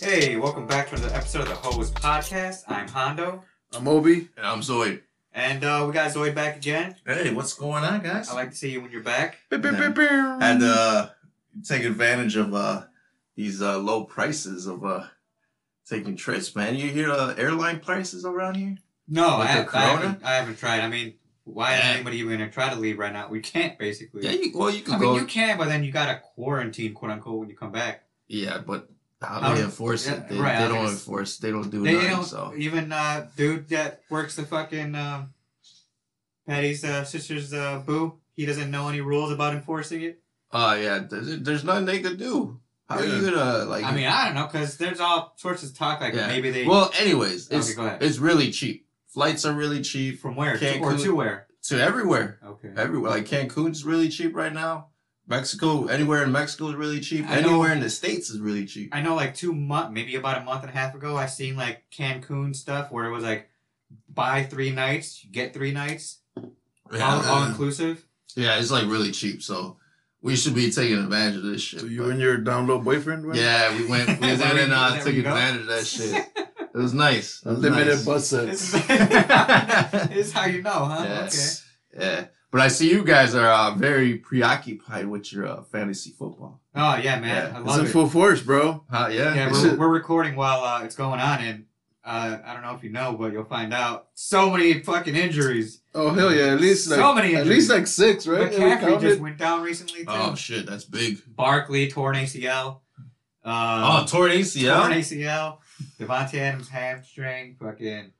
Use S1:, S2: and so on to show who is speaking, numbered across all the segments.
S1: Hey, welcome back to another episode of the Hose Podcast. I'm Hondo,
S2: I'm Obi.
S3: And I'm Zoid.
S1: and uh, we got Zoid back again.
S3: Hey, what's going on, guys?
S1: I like to see you when you're back.
S3: and uh, take advantage of uh, these uh, low prices of uh, taking trips, man. You hear uh, airline prices around here?
S1: No, I,
S3: With
S1: have,
S3: the
S1: I,
S3: corona?
S1: haven't, I haven't tried. I mean, why is
S3: Yeah.
S1: anybody even going to try to leave right now? We can't, basically.
S3: Yeah, you, well, you can
S1: I
S3: go.
S1: mean, you can, but then you got to quarantine, quote unquote, when you come back.
S3: yeah, but how
S1: How-
S3: do they enforce
S1: yeah,
S3: it? They,
S1: right, I
S3: they
S1: was
S3: don't
S1: gonna s-
S3: enforce. They don't do
S1: They
S3: nothing.
S1: don't
S3: So
S1: even uh, dude that works the fucking uh, Patty's uh, sister's uh, boo. He doesn't know any rules about enforcing it.
S3: Oh yeah, there's, there's nothing they could do. How are you gonna like?
S1: I mean, I don't know because there's all sorts of talk like
S3: Yeah.
S1: maybe they
S3: well, anyways,
S1: Okay,
S3: it's
S1: go ahead.
S3: it's really cheap. Flights are really cheap
S1: from where to,
S3: Cancun.
S1: or to where.
S3: to everywhere.
S1: Okay.
S3: Everywhere, like Cancun's really cheap right now. Mexico, anywhere in Mexico is really cheap.
S1: I know.
S3: Anywhere in the states is really cheap.
S1: I know like two month, maybe about a month and a half ago, I seen like Cancun stuff where it was like buy three nights, you get three nights, all, all inclusive.
S3: yeah, it's like really cheap. So we should be taking advantage of this shit.
S2: So you
S3: but-
S2: and your down low boyfriend went?
S3: yeah, we went. We
S1: Is that
S3: went and
S1: where-
S3: uh,
S1: is that
S3: took
S1: where you go?
S3: advantage of that shit. It was nice. It was
S2: Unlimited
S3: nice.
S2: bus
S1: This
S2: sets.
S1: is, this is how you know, huh?
S3: Yes. Yeah. But I see you guys are uh, very preoccupied with your uh, fantasy football.
S1: Okay. Oh yeah, man,
S3: Yeah.
S1: I
S2: It's
S1: love
S2: in
S1: it.
S2: full force, bro.
S3: Huh? Yeah.
S1: yeah,
S3: It's
S1: we're,
S3: a-
S1: we're recording while uh, it's going on, and uh, I don't know if you know, but you'll find out. So many fucking injuries.
S2: Oh hell yeah! At least
S1: So
S2: like
S1: many
S2: at
S1: injuries.
S2: least like six, right? If we
S1: McCaffrey
S2: counted.
S1: just went down recently too.
S3: oh shit, that's big.
S1: Barkley torn ACL. Uh,
S3: Oh, torn ACL.
S1: Torn ACL. Devontae Adams hamstring. Fucking.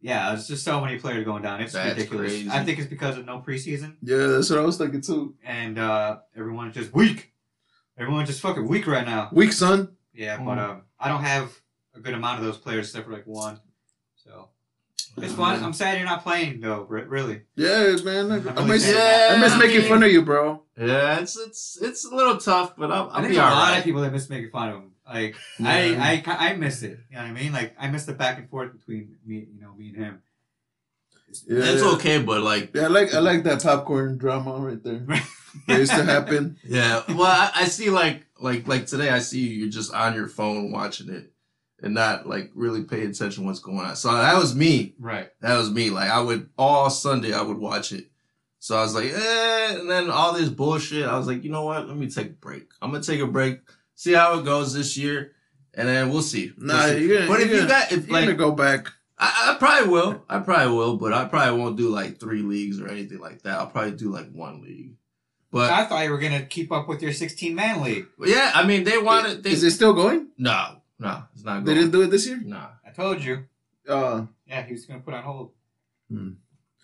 S1: Yeah, it's just so many players going down. It's
S3: That's
S1: ridiculous.
S3: crazy.
S1: I think it's because of no preseason
S2: yeah, that's what I was thinking too.
S1: and uh, everyone's just weak. Everyone's just fucking weak right now.
S2: Weak son.
S1: Yeah, but um, I don't have a good amount of those players except for like one. So it's fun. I'm sad you're not playing though. re- Really.
S2: Yeah, man.
S1: I'm
S2: I, I
S1: really
S2: miss.
S1: sad.
S2: I miss making fun of you, bro.
S3: Yeah, it's it's it's a little tough, but I'll,
S1: I
S3: I'll
S1: think
S3: be
S1: a
S3: all
S1: lot
S3: right.
S1: of people that miss making fun of him. Like
S2: Yeah.
S1: I, I, I miss it. You know what I mean? Like I miss the back and forth between me, you know, me and him.
S2: Yeah,
S3: That's
S2: yeah.
S3: okay, but like,
S2: Yeah, I like I like that popcorn drama right there. That used to happen.
S3: yeah. Well, I, I see like like like today, I see you're just on your phone watching it and not like really paying attention to what's going on. So that was me.
S1: Right.
S3: That was me. Like I would all Sunday, I would watch it. So I was like, eh, and then all this bullshit. I was like, you know what? Let me take a break. I'm gonna take a break, see how it goes this year, and then we'll see. We'll
S2: Nah,
S3: see.
S2: you're gonna-
S3: but if
S2: you're
S3: you got
S2: I'm
S3: if
S2: gonna
S3: like
S2: go back.
S3: I, I probably will. I probably will, but I probably won't do like three leagues or anything like that. I'll probably do like one league. But
S1: I thought you were gonna keep up with your 16 man league.
S3: yeah, I mean, they wanted. They,
S2: Is it still going?
S3: no, no, it's not
S2: They
S3: good.
S2: didn't do it this year.
S3: Nah.
S1: I told you.
S2: Uh,
S1: Yeah, he was gonna put on hold.
S2: Hmm.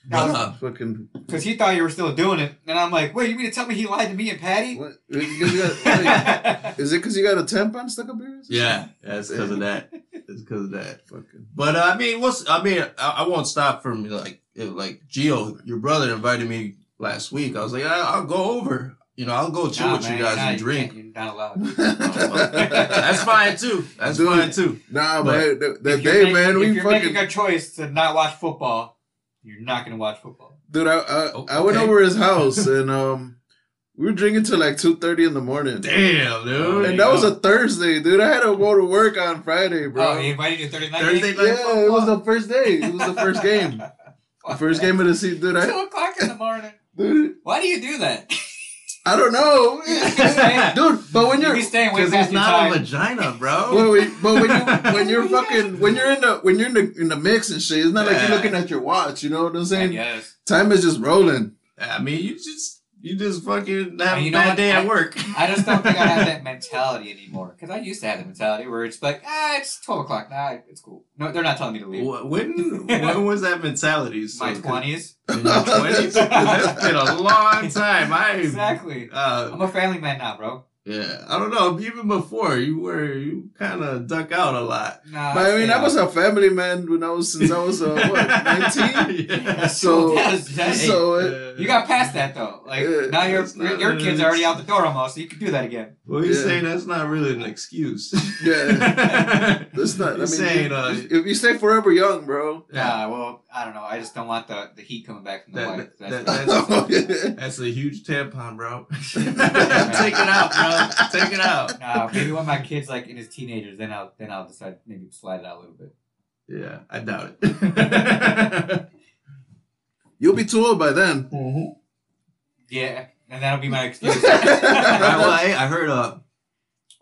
S3: But,
S1: Because
S3: uh,
S2: fucking.
S1: he thought you were still doing it, and I'm like, wait, you mean to tell me he lied to me and Patty?
S2: What? You got- wait,
S1: yeah,
S2: Is it because you got a tampon stuck up yours?
S3: yeah, that's because of that. It's because of that.
S2: Fucking.
S3: But uh, I mean, what's? I mean, I, I won't stop from like it, like Geo, your brother invited me last week. I was like, I, I'll go over. You know, I'll go chill with you guys and drink.
S1: You're not allowed.
S3: That's fine too. That's
S2: Dude.
S3: fine too.
S2: Nah,
S3: But
S2: man. That, that
S1: If you're
S2: day,
S1: making-
S2: man,
S1: if
S2: we
S1: you're
S2: fucking.
S1: making a choice to not watch football, you're not gonna watch football.
S2: dude, I, I,
S3: Oh,
S2: I went
S3: okay.
S2: over his house and um, we were drinking till like two thirty in the morning.
S3: Damn, dude.
S1: there
S2: And
S1: you
S2: that was
S1: go.
S2: a Thursday, dude. I had to go to work on Friday, bro.
S1: Oh, he invited you to Thursday night.
S3: Thursday
S1: game?
S3: night
S2: yeah, it was the first day. It was the first game. The
S1: Fuck
S2: first
S1: that.
S2: game of the season, dude. I,
S1: Two o'clock in the morning.
S2: dude,
S1: Why do you do that?
S2: I don't know, dude. But when
S1: you
S2: you're
S1: be staying way
S3: Because
S1: past
S3: it's
S1: your
S3: not a
S1: time.
S3: vagina,
S2: Well,
S3: bro.
S2: we, but when you when you're fucking when you're in the when you're in the in the mix and shit, it's not like
S3: Yeah.
S2: you're looking at your watch. You know what I'm saying?
S1: Yes.
S2: Time is just rolling.
S3: I mean, you just you just fucking have
S1: And you
S3: a
S1: know
S3: bad
S1: what?
S3: day
S1: I-
S3: at work.
S1: I just don't think I have that mentality anymore. Because I used to have the mentality where it's like, ah, it's 12 o'clock. Nah, it's cool. No, they're not telling me to leave.
S3: Wh- when when was that mentality? So,
S1: My 20s.
S3: In your twenties? That's been a long time. I
S1: Exactly.
S3: uh,
S1: I'm a family man now, bro.
S3: Yeah, I don't know. Even before you were, you kind of duck out a lot.
S1: Nah,
S2: But I mean,
S1: yeah.
S2: I was a family man when I was since I was uh, what nineteen.
S3: yeah.
S2: So
S1: That is- that- hey,
S2: so it,
S3: Uh,
S1: you got past that though. Like
S2: Yeah,
S1: now your
S3: that's
S1: your,
S3: not-
S1: your kids are already out the door almost, so you can do that again.
S3: Well, you
S2: Yeah.
S3: say that's not really an excuse.
S2: yeah,
S3: that's
S2: that's not. I mean,
S3: saying,
S2: you-
S3: uh,
S2: if you stay forever young, bro.
S3: yeah,
S1: Nah, well, I don't know. I just don't want the, the heat coming back from the
S3: That-
S1: wife.
S3: that-
S1: That's-
S3: that- that's a huge tampon, bro. Take it out, bro. Take it out.
S1: Nah, maybe when my kids like in his teenagers, then I'll then I'll decide maybe slide it out a little bit.
S3: Yeah, I doubt it.
S2: You'll be too old by then.
S1: Yeah, and that'll be my excuse.
S3: I,
S1: I
S3: well, hey, I heard uh,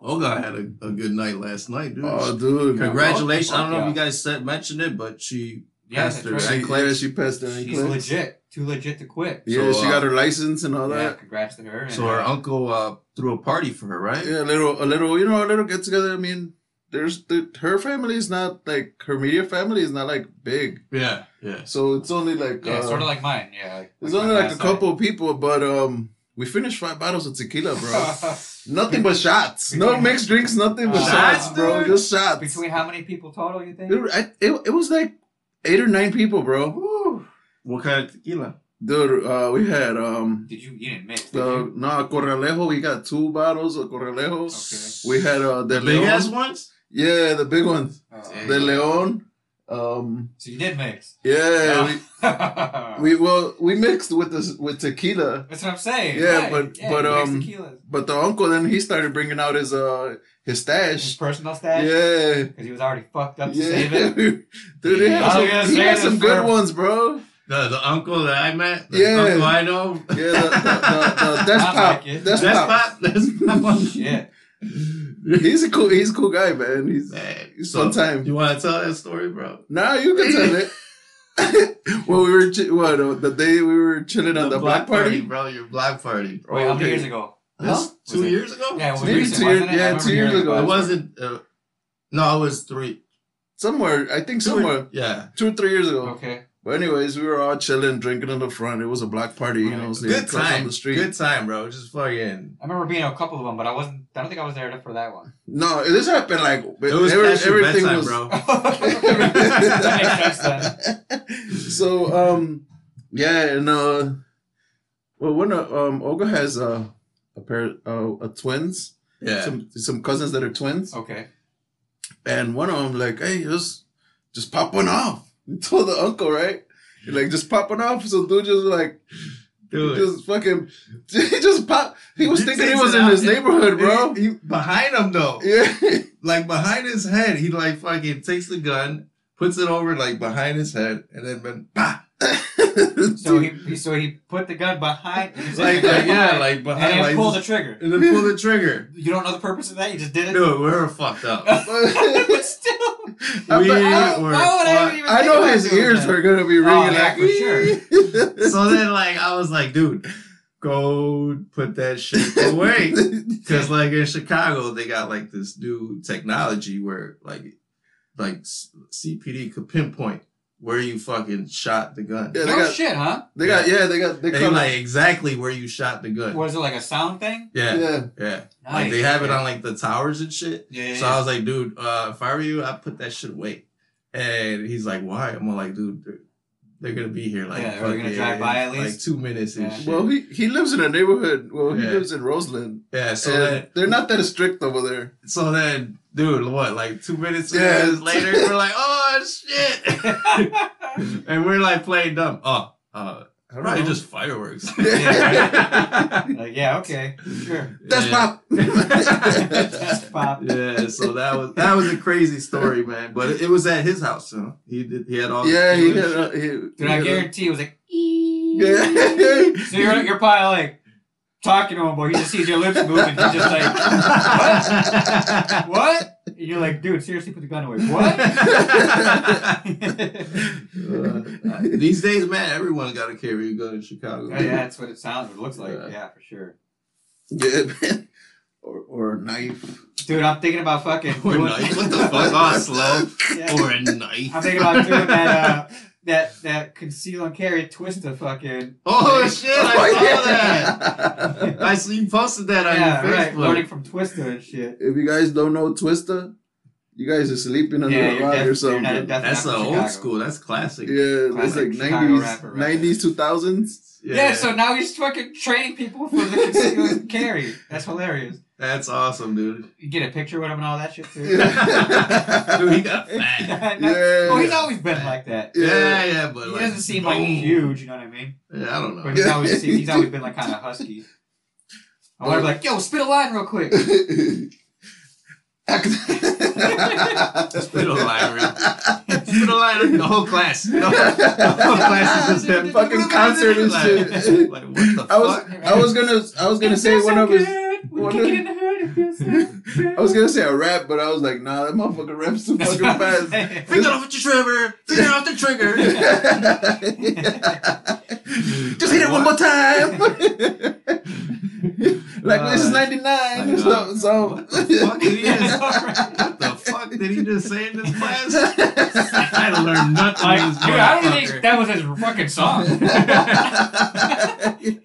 S3: Olga had a, a good night last night, dude.
S2: Oh, dude.
S3: Congratulations! I don't know
S1: Yeah.
S3: if you guys said, mentioned it, but she
S1: yeah,
S3: passed
S1: that's
S3: her
S1: right.
S2: She,
S3: NCLEX.
S2: yeah, she passed her
S1: She's
S2: NCLEX.
S1: legit, too legit to quit.
S2: Yeah,
S3: So,
S2: she
S3: uh,
S2: got her license and all
S1: Yeah,
S2: that.
S1: congrats to her. and,
S3: So her
S1: uh,
S3: uncle uh, threw a party for her, right?
S2: Yeah, a little, a little, you know, a little get together. I mean, there's the, her family is not like her media family is not like big,
S3: yeah. yeah.
S2: so it's only like
S1: yeah,
S2: uh,
S1: sort of like mine. Yeah, like,
S2: it's
S1: like
S2: only
S1: my
S2: like a
S1: last
S2: couple of people. But um, we finished five bottles of tequila, bro.
S1: night.
S2: nothing but shots. No mixed drinks. Nothing but
S1: Uh,
S2: shots,
S3: shots,
S2: bro.
S3: dude?
S2: Just shots. It,
S1: Between how many people total? You think?
S2: I, it, it was like eight or nine people, bro.
S3: Woo. What kind of tequila?
S2: Dude, uh, we had um.
S1: Did you? You didn't mix. Did
S2: The,
S1: you?
S2: no, Corralejo, we got two bottles of Corralejo. We had uh, the,
S3: the big
S2: Leon.
S3: ass ones.
S2: Yeah, the big ones.
S1: Okay.
S3: Dang.
S2: The Leon. Um,
S1: so you did mix. Ah.
S2: yeah,
S1: Yeah.
S2: we, we well we mixed with this with tequila,
S1: That's what I'm saying.
S2: Yeah,
S1: right.
S2: but-
S1: yeah,
S2: but,
S1: you mix
S2: um,
S1: tequilas.
S2: but the uncle then he started bringing out his uh his
S1: his
S2: stash.
S1: personal stash.
S2: Yeah,
S1: Because he was already fucked up to save
S2: yeah,
S1: it.
S2: dude, he
S3: I
S2: had
S3: was
S2: some,
S1: gonna
S2: he
S1: say
S2: had
S1: this
S2: some
S1: for-
S2: good ones, bro.
S3: The the uncle that I met. The
S2: Yeah.
S3: Uncle I know.
S2: Yeah, the, the, the, the
S1: I
S2: Death
S1: like
S2: Pop,
S1: it.
S2: Death
S3: That's
S2: Pop.
S3: pop. That's pop.
S1: Yeah.
S2: He's a cool, he's a cool guy, man. He's
S3: Man,
S2: he's
S3: so,
S2: fun time.
S3: You want to tell that story, bro?
S2: Nah, you can tell it. well, we were chi- what uh, the day we were chilling on the, black party.
S3: bro. Your black party.
S1: Wait, how many
S3: Okay.
S1: years ago?
S3: That's
S2: Huh?
S3: two
S1: Was it-
S3: years ago.
S1: Yeah, it was
S2: Maybe
S1: recent,
S2: two
S1: wasn't
S2: years-
S1: it? I
S2: yeah,
S1: remember
S2: two years
S1: hearing
S2: ago.
S1: about
S3: It
S1: it.
S3: wasn't. Uh, no, it was three.
S2: Somewhere, I think somewhere
S3: Yeah.
S2: two or three years ago.
S1: Okay.
S2: But anyways, we were all chilling, drinking in the front. It was a block party, you know. So
S3: Good
S2: on
S3: time.
S2: the street.
S3: Good time, bro. Just fucking.
S1: I remember being at a couple of them, but I wasn't. I don't think I was there for that one.
S2: No, this happened like
S3: It was
S2: every-
S3: past your
S2: everything
S3: bedtime,
S2: was.
S3: bro.
S1: that makes sense then.
S2: so um, yeah, and uh, well, one of um, Olga has uh, a pair uh, a twins,
S3: Yeah. Oh.
S2: some some cousins that are twins,
S1: Okay.
S2: and one of them like, hey, just just pop one off. He told the uncle, right? Like just popping off, so dude just like
S3: Dude.
S2: just fucking he just pop. He was
S3: He
S2: thinking he
S3: takes
S2: was
S3: it
S2: in
S3: out.
S2: his neighborhood, bro.
S3: He- he- behind him though,
S2: Yeah,
S3: like behind his head, he like fucking takes the gun, puts it over like behind his head, and then been bah.
S1: So he, he so he put the gun behind. he was in
S3: Like,
S1: the gun
S3: like, yeah,
S1: behind,
S3: like
S1: and
S3: behind,
S1: then
S3: like,
S1: pull the trigger.
S3: and then pull the trigger.
S1: You don't know the purpose of that. You just did it.
S3: Dude, we were fucked up.
S1: but still,
S3: We
S2: I-
S1: I,
S3: were
S1: why would I
S3: fucked.
S1: even?
S2: I
S1: think
S2: know
S1: about
S2: his
S1: doing
S2: ears
S1: that?
S2: are Oh, gonna be ringing
S1: yeah,
S2: like
S1: for sure.
S3: So then, like, I was like, dude, go put that shit away. Because, like, in Chicago, they got like this new technology where, like, like s- CPD could pinpoint where you fucking shot the gun.
S2: Yeah,
S1: No
S2: they got
S1: shit, huh?
S2: they got yeah they got they
S3: They
S2: call
S3: like exactly where you shot the gun.
S1: Was it like a sound thing?
S3: Yeah, yeah.
S2: yeah
S3: Like they have it
S1: on.
S3: on like the towers and shit.
S1: Yeah. yeah,
S3: So I was like, dude, uh, if I were you, I'd put that shit away. And he's like, why? I'm like, dude, they're, they're gonna be here like
S1: Yeah, are they gonna
S3: fucking,
S1: drive by at
S3: like
S1: least?
S3: two minutes and
S1: Yeah.
S3: shit.
S2: well he he lives in a neighborhood well he
S3: Yeah.
S2: lives in Roseland
S3: yeah, so
S2: so
S3: then
S2: they're not that strict over there
S3: so then dude, what, like two minutes three
S2: Yeah.
S3: minutes later, we're like, oh shit. and we're like playing dumb. Oh, uh
S2: I don't
S3: probably
S2: know.
S3: just fireworks.
S1: Yeah. like yeah, okay, sure.
S2: that's
S3: Yeah.
S2: pop
S1: That's pop.
S3: Yeah, so that was that was a crazy story, man. But it, it was at his house, so he did he had all
S2: yeah he
S3: the
S2: had a, he, he
S1: Dude, I
S2: had a-
S1: guarantee it was like.
S2: yeah
S1: So you're you're probably like talking to him, but he just sees your lips move, and he's just like, "What?" And you're like, "Dude, seriously, put the gun away." What? yeah,
S3: Uh, These days, man, everyone's got to carry
S1: Oh,
S3: a gun in Chicago.
S1: that's what it sounds. It looks like.
S3: Yeah.
S1: Yeah, for sure.
S2: yeah man or, or a knife.
S1: Dude, I'm thinking about fucking.
S3: Or a
S1: doing-
S3: knife. What the fuck? Oh, slow.
S1: Yeah.
S3: Or a knife.
S1: I'm thinking about doing that. Uh, that that conceal and carry twist of fucking.
S3: oh shit! I
S2: Oh,
S3: saw that.
S2: yeah.
S3: I see you posted that on
S1: yeah,
S3: your
S1: right.
S3: Facebook.
S1: Learning from Twister and shit.
S2: if you guys don't know Twister, you guys are sleeping under
S1: yeah,
S2: a
S1: you're
S2: rock
S1: def-
S2: or
S1: you're
S2: something.
S1: not- definitely
S3: That's the
S1: not from
S3: old
S1: Chicago.
S3: school. That's classic.
S2: yeah, that's
S1: Classic
S2: like
S1: Chicago
S2: nineties,
S1: rapper right
S2: nineties, two thousands.
S1: Yeah. so now he's fucking training people for the conceal and carry. That's hilarious.
S3: that's awesome, dude.
S1: You get a picture with him and all that shit too.
S2: Yeah.
S3: dude, he got fat.
S1: That-
S2: Yeah.
S1: Well, he's always been like that.
S3: Yeah, yeah, but
S1: He
S3: like,
S1: doesn't seem like
S3: boom.
S1: huge, you know what I mean?
S3: Yeah, I don't know.
S1: But he's always seemed, he's always been like kind of husky. I want to be like, yo, spit a line real quick.
S3: Spit a line real Spit a line. The whole class. The whole, the whole class is just him.
S2: Fucking concert and shit.
S3: Like, what the
S2: I was
S3: fuck?
S2: I was gonna I was gonna
S1: It
S2: say
S1: feels
S2: one
S1: so
S2: of his
S1: good. We
S2: one
S1: kick
S2: of-
S1: it in the hood. It feels so good.
S2: I was gonna say a rap, but I was like, nah, that motherfucker raps too
S1: That's
S2: fucking
S1: what I'm
S2: fast.
S1: saying.
S3: Finger off the trigger. Finger off the trigger.
S2: Just hit it one more time. like this is
S3: Uh,
S2: ninety nine. So,
S3: uh,
S2: so.
S3: What the fuck it is?
S1: Alright.
S3: What the fuck did he just say in this class? I learned nothing.
S1: Like,
S3: from this
S1: dude, I don't think
S3: motherfucker.
S1: that was his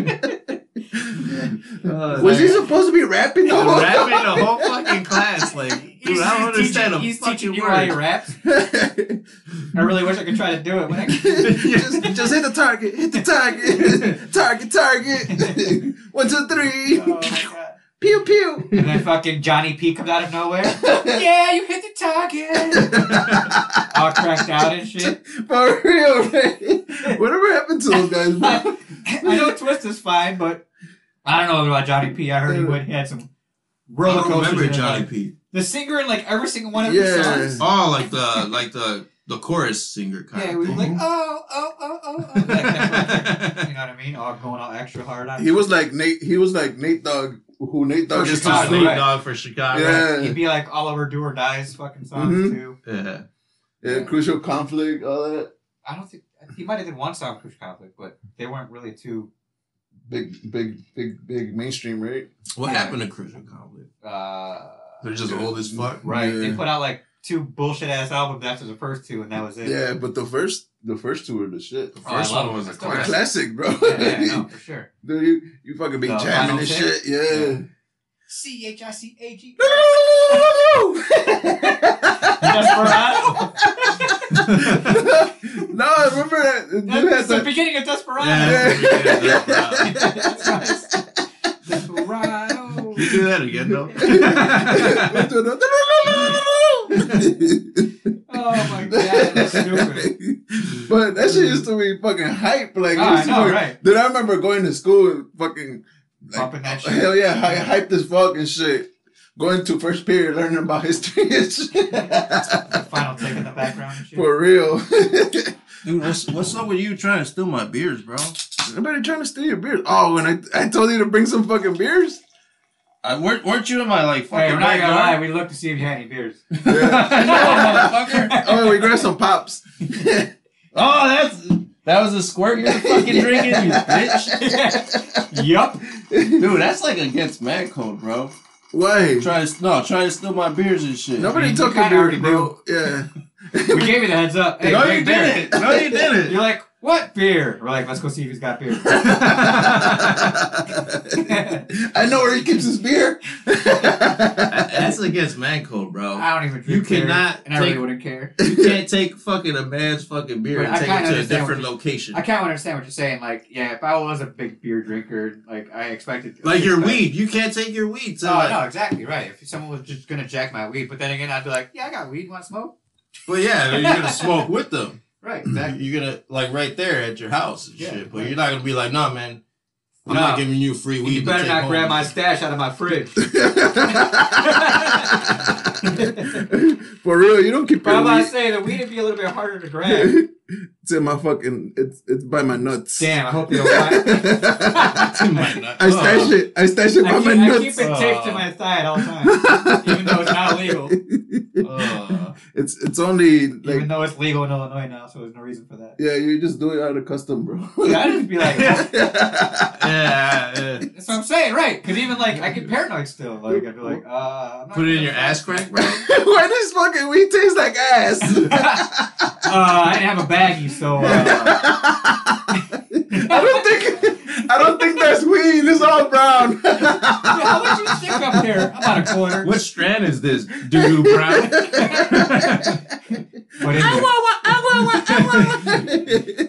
S1: fucking song.
S3: Uh,
S2: Was he
S3: like,
S2: supposed to be rapping the whole
S3: rapping the whole fucking class? Like, dude,
S1: He's-
S3: I don't
S1: he's teaching-
S3: understand a
S1: He's teaching
S3: fucking
S1: you how
S3: word.
S1: you rap.
S2: time?
S1: I really wish I could try to do it. When I
S2: just, just hit the target. Hit the target. target, target. One, two, three.
S3: Uh,
S1: oh my god.
S2: Pew, pew.
S1: And then fucking Johnny P comes out of nowhere. yeah, you hit the target. All cracked out and shit.
S2: For real, right? Whatever happened to those guys, bro?
S1: I, I know Twist is fine, but I don't know about Johnny P. I heard he would he had some
S3: I
S1: roller
S3: don't
S1: coasters.
S3: remember
S1: in his
S3: Johnny
S1: life.
S3: P.
S1: The singer in like every single one of
S2: Yeah.
S1: his songs.
S3: Oh, like the like the the chorus singer kind
S1: Yeah,
S3: of
S1: it was
S3: thing.
S1: like oh oh oh oh oh. Like, that fucking- you know what I mean? All going all extra hard on.
S2: He was like Nate. He was like Nate Dogg. Who Nate Dogg
S1: For
S2: is to
S1: Chicago,
S2: sleep.
S1: right?
S3: Dog for Chicago.
S2: Yeah.
S1: He'd be like all over Do or Die's fucking songs
S2: Mhm.
S1: too.
S3: Yeah.
S2: yeah, crucial conflict, all that.
S1: I don't think he might have did one song with Kush Conflict, but they weren't really too.
S2: Big, big, big, big mainstream, right?
S3: What
S1: Yeah.
S3: happened to Crucial Conflict?
S1: Uh,
S3: They're just old as fuck.
S1: Right.
S2: Yeah.
S1: They put out like two bullshit ass albums after the first two, and that was it.
S2: Yeah, but the first, the first two were the shit. The
S1: Oh, I
S3: First
S1: love
S3: one was
S1: it.
S3: a
S1: I still love it.
S2: classic, bro.
S1: Yeah, yeah, no, for sure.
S2: Dude, you, you fucking be
S1: The
S2: jamming
S1: final
S2: this shit.
S1: pick?
S2: Yeah.
S1: C H I C A G.
S2: Desperado.
S1: Desperado.
S2: no, I remember that. It did
S1: That's
S2: have
S1: the
S2: that.
S1: beginning of Desperado.
S3: Yeah.
S1: That's right. Desperado.
S3: You do that again though.
S1: Oh my god, that's stupid.
S2: But that shit used to be fucking hype. Like,
S1: Oh,
S2: it
S1: I
S2: used to
S1: know,
S2: be-
S1: right.
S2: Dude, I remember going to school and fucking
S1: Bumping that shit.
S2: hell yeah, hy- hyped as fuck and shit. Going to first period, learning about history and shit.
S1: The final take in the background and shit.
S2: For real.
S3: Dude, what's what's up with you trying to steal my beers, bro?
S2: Nobody trying to steal your beers. Oh, and I, I told you to bring some fucking beers.
S3: I weren't weren't you in my like
S1: Hey, we're
S3: fucking
S1: not gonna lie,
S3: backyard?
S1: we looked to see if you had any beers.
S3: Motherfucker.
S2: Oh, we grabbed some pops.
S3: Oh, that's that was a squirt you're fucking drinking, you bitch.
S1: yup.
S3: Dude, that's like against man code, bro.
S2: Why?
S3: Try to no, try to steal my beers and shit.
S2: Nobody
S1: You
S2: took your
S1: kinda
S2: beers,
S1: already
S2: bro. Yeah.
S1: We gave you the heads up. Hey,
S3: no,
S1: bring
S3: you
S1: beer.
S3: didn't. No, you didn't.
S1: You're like, what beer? We're like, let's go see if he's got beer.
S2: I know where he keeps his beer.
S3: That's against man code, bro.
S1: I don't even
S3: You
S1: drink beer,
S3: cannot
S1: and I really
S3: take-
S1: wouldn't care.
S3: You can't take fucking a man's fucking beer
S1: But
S3: and
S1: I
S3: take
S1: kinda
S3: it to a
S1: understand
S3: different
S1: what
S3: location.
S1: I kind of understand what you're saying. Like, yeah, if I was a big beer drinker, like I expected,
S3: Like your
S1: expect-
S3: weed, you can't take your weed to
S1: No,
S3: like.
S1: Oh, no, exactly right. If someone was just gonna jack my weed, but then again, I'd be like, yeah, I got weed. Want smoke?
S3: Well, yeah, you're gonna smoke with them.
S1: Right. Exactly.
S3: You're gonna like right there at your house and
S1: Yeah,
S3: shit. But
S1: right.
S3: you're not gonna be like, nah, man. I'm
S1: No.
S3: not giving you free weed.
S1: you
S3: to
S1: better
S3: take
S1: not
S3: home
S1: grab
S3: with
S1: my
S3: you."
S1: stash out of my fridge.
S2: For real, you don't keep
S1: But
S2: your
S1: I'm about
S2: weed.
S1: to say the weed would be a little bit harder to grab.
S2: It's in my fucking. It's it's by my nuts.
S1: Damn, I hope they don't mind.
S3: You might not.
S2: I stash it. I stash it
S1: Oh. I
S2: by
S1: keep,
S2: my
S1: I keep
S2: nuts.
S1: it taped to my thigh at all times, even though it's not illegal.
S3: Uh,
S2: It's it's only like
S1: Even though it's legal in Illinois now, so there's no reason for that.
S2: yeah, you just do it out of custom, bro.
S1: Yeah, I'd just be like, "Oh,
S3: yeah, yeah.
S1: that's what I'm saying, right? Because even like I get paranoid still. Like I'd be like, uh, I'm not
S3: Put it in
S1: gonna-
S3: your ass crack, bro.
S2: Why does fucking weed taste like ass?
S1: Uh, I didn't have a baggie, so uh,
S2: I don't think I don't think that's weed. It's all brown.
S1: how much you stick up there? About a quarter.
S4: What strand is this? Doo doo brown?
S1: But anyway,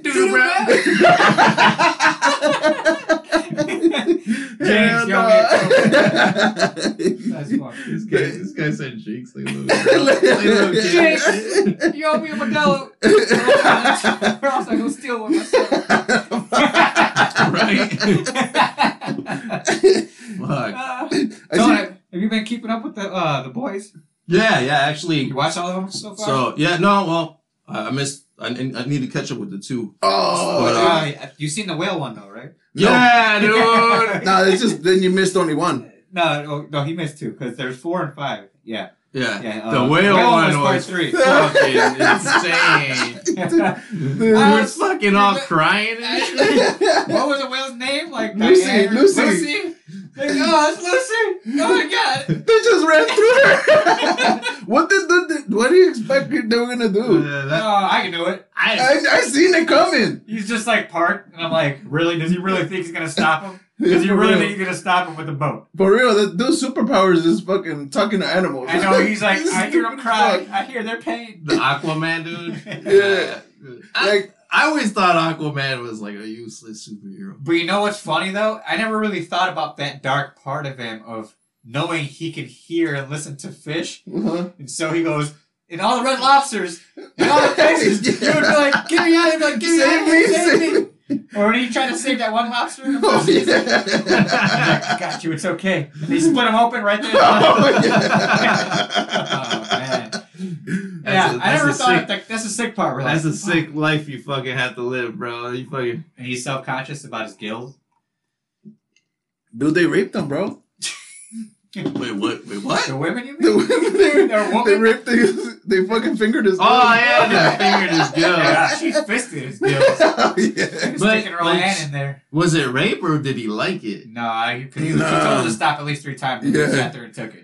S3: Doo-doo brown.
S1: Jinx, y'all
S2: Hell
S1: that's fun.
S3: This guy, this guy said jinx. Like a little girl. Like a little kid.
S1: Jinx. You owe me a Modelo, or else I go steal one myself.
S3: right? Fuck.
S1: Uh,
S2: I
S1: so,
S2: see-
S1: have you been keeping up with the uh, the boys?
S3: Yeah, yeah. Actually,
S1: You watch all of them so far?
S3: so yeah. No, well, I, I missed. I, I need to catch up with the two.
S1: But,
S2: oh,
S1: uh, you seen the whale one though, right?
S2: No.
S3: Yeah, dude.
S2: no, it's just then you missed only one.
S1: No, oh, no, no he missed two because there's four and five. Yeah,
S3: yeah.
S1: yeah.
S3: The
S1: uh,
S3: whale one
S1: was part
S3: was-
S1: three.
S3: Fucking insane.
S2: Dude,
S3: We We're fucking off crying. and shit.
S1: what was the whale's name? Like
S2: Lucy,
S1: Diana?
S2: Lucy.
S1: Lucy. Like, oh, it's Lucy. Oh my god.
S2: they just ran through her. what did the, the- what do you expect they were gonna do?
S3: Yeah, that-
S1: Oh, I can do it.
S2: I,
S3: I,
S2: I seen it coming.
S1: He's just like parked, and I'm like, really? Does he really think he's gonna stop him? Does he
S2: For
S1: really
S2: real.
S1: think he's gonna stop him with the boat?
S2: For real, that those superpowers is fucking talking to animals.
S1: I know he's like,
S2: This is
S1: I hear them
S2: stupid
S1: cry.
S2: as
S1: I hear their pain.
S3: the Aquaman dude.
S2: Yeah. fuck.
S3: I,
S2: Like,
S3: I always thought Aquaman was like a useless superhero.
S1: But you know what's funny though? I never really thought about that dark part of him of knowing he can hear and listen to fish.
S2: uh-huh.
S1: And so he goes, in all the red lobsters, in all the places, you would be like, get me out of here, like, get me out of here,
S2: Save me,
S1: save me. Or when he tried to save that one lobster in the
S2: oh,
S1: first season.
S2: yeah.
S1: I got you, it's okay. And they split him open right there.
S2: oh,
S1: Oh,
S2: yeah.
S1: man.
S3: That's
S1: Yeah, I
S3: a- that's
S1: never
S3: a
S1: thought
S3: sick-
S1: of that. That's a sick part. We're
S3: That's
S1: like,
S3: a sick life you fucking have to live, bro. You fucking
S1: And he's self conscious about his gills.
S2: Dude, they raped them, bro.
S3: wait, what? Wait, what?
S1: The
S3: Oh
S1: women, you
S2: They,
S1: mean? They're
S2: they,
S1: woman? Oh,
S2: they raped the, they fucking fingered his
S3: yeah, the finger just
S1: Yeah,
S3: goes.
S1: she's fisted his gills.
S2: Oh, yeah.
S1: She's
S3: But,
S1: sticking her own
S3: like,
S1: hand in there.
S3: Was it rape or did he like it?
S1: No, he, he, he
S2: Nah.
S1: told her to stop at least three times. And
S2: Yeah.
S1: he sat there and took it.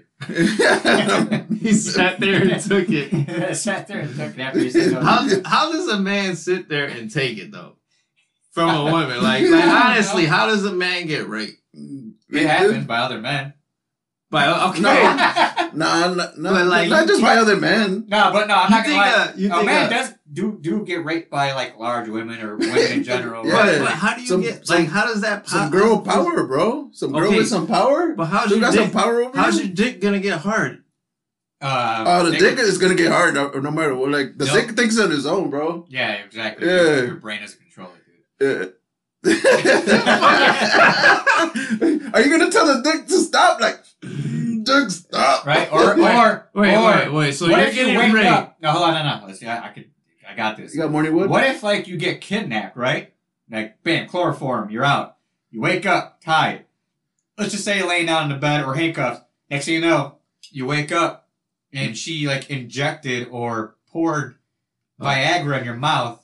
S3: He sat there and took it.
S1: sat there and took it after he said no.
S3: How how does a man sit there and take it though? From a woman, like, like honestly, how does a man get raped?
S1: it happened by other men.
S3: By okay,
S2: No.
S1: no,
S2: Nah, nah, nah
S3: But, like,
S2: not just
S3: you-
S2: by other men.
S1: but no, I'm not
S3: you
S1: gonna
S3: think
S2: uh,
S1: lie.
S3: a, you
S1: A
S3: think
S1: man
S3: a-
S1: does do do get raped by like large women or women in general.
S2: Yeah.
S3: but,
S1: right?
S3: but how do you
S2: Some-
S3: get
S2: some-
S3: like how does that
S2: Some
S3: how-
S2: girl power, bro. Some girl
S3: Okay.
S2: with some power.
S3: But how's
S2: You
S3: your
S2: got some
S3: dick?
S2: power over
S3: How's
S2: you?
S3: your dick gonna get hard?
S1: Uh,
S2: Oh, the
S1: they
S2: dick
S1: could-
S2: is gonna get hard no, no matter what. Like the
S1: No.
S2: dick thinks on his own, bro.
S1: Yeah, exactly.
S2: Yeah.
S1: Your, your brain doesn't control it, dude.
S2: Yeah. Are you gonna tell the dick to stop? Like, dick, stop.
S1: Right? Or
S3: Wait,
S1: or
S3: Wait,
S1: or,
S3: wait, wait. So
S1: what
S3: you're
S1: if you
S3: getting
S1: wake
S3: raped.
S1: up? No, hold on, no, no. Let's, I, I could, I got this.
S2: You got morning wood?
S1: What if like you get kidnapped, right? Like bam, chloroform, you're out. You wake up tied. Let's just say you're laying down in the bed or handcuffed. Next thing you know, you wake up and she like injected or poured Viagra in your mouth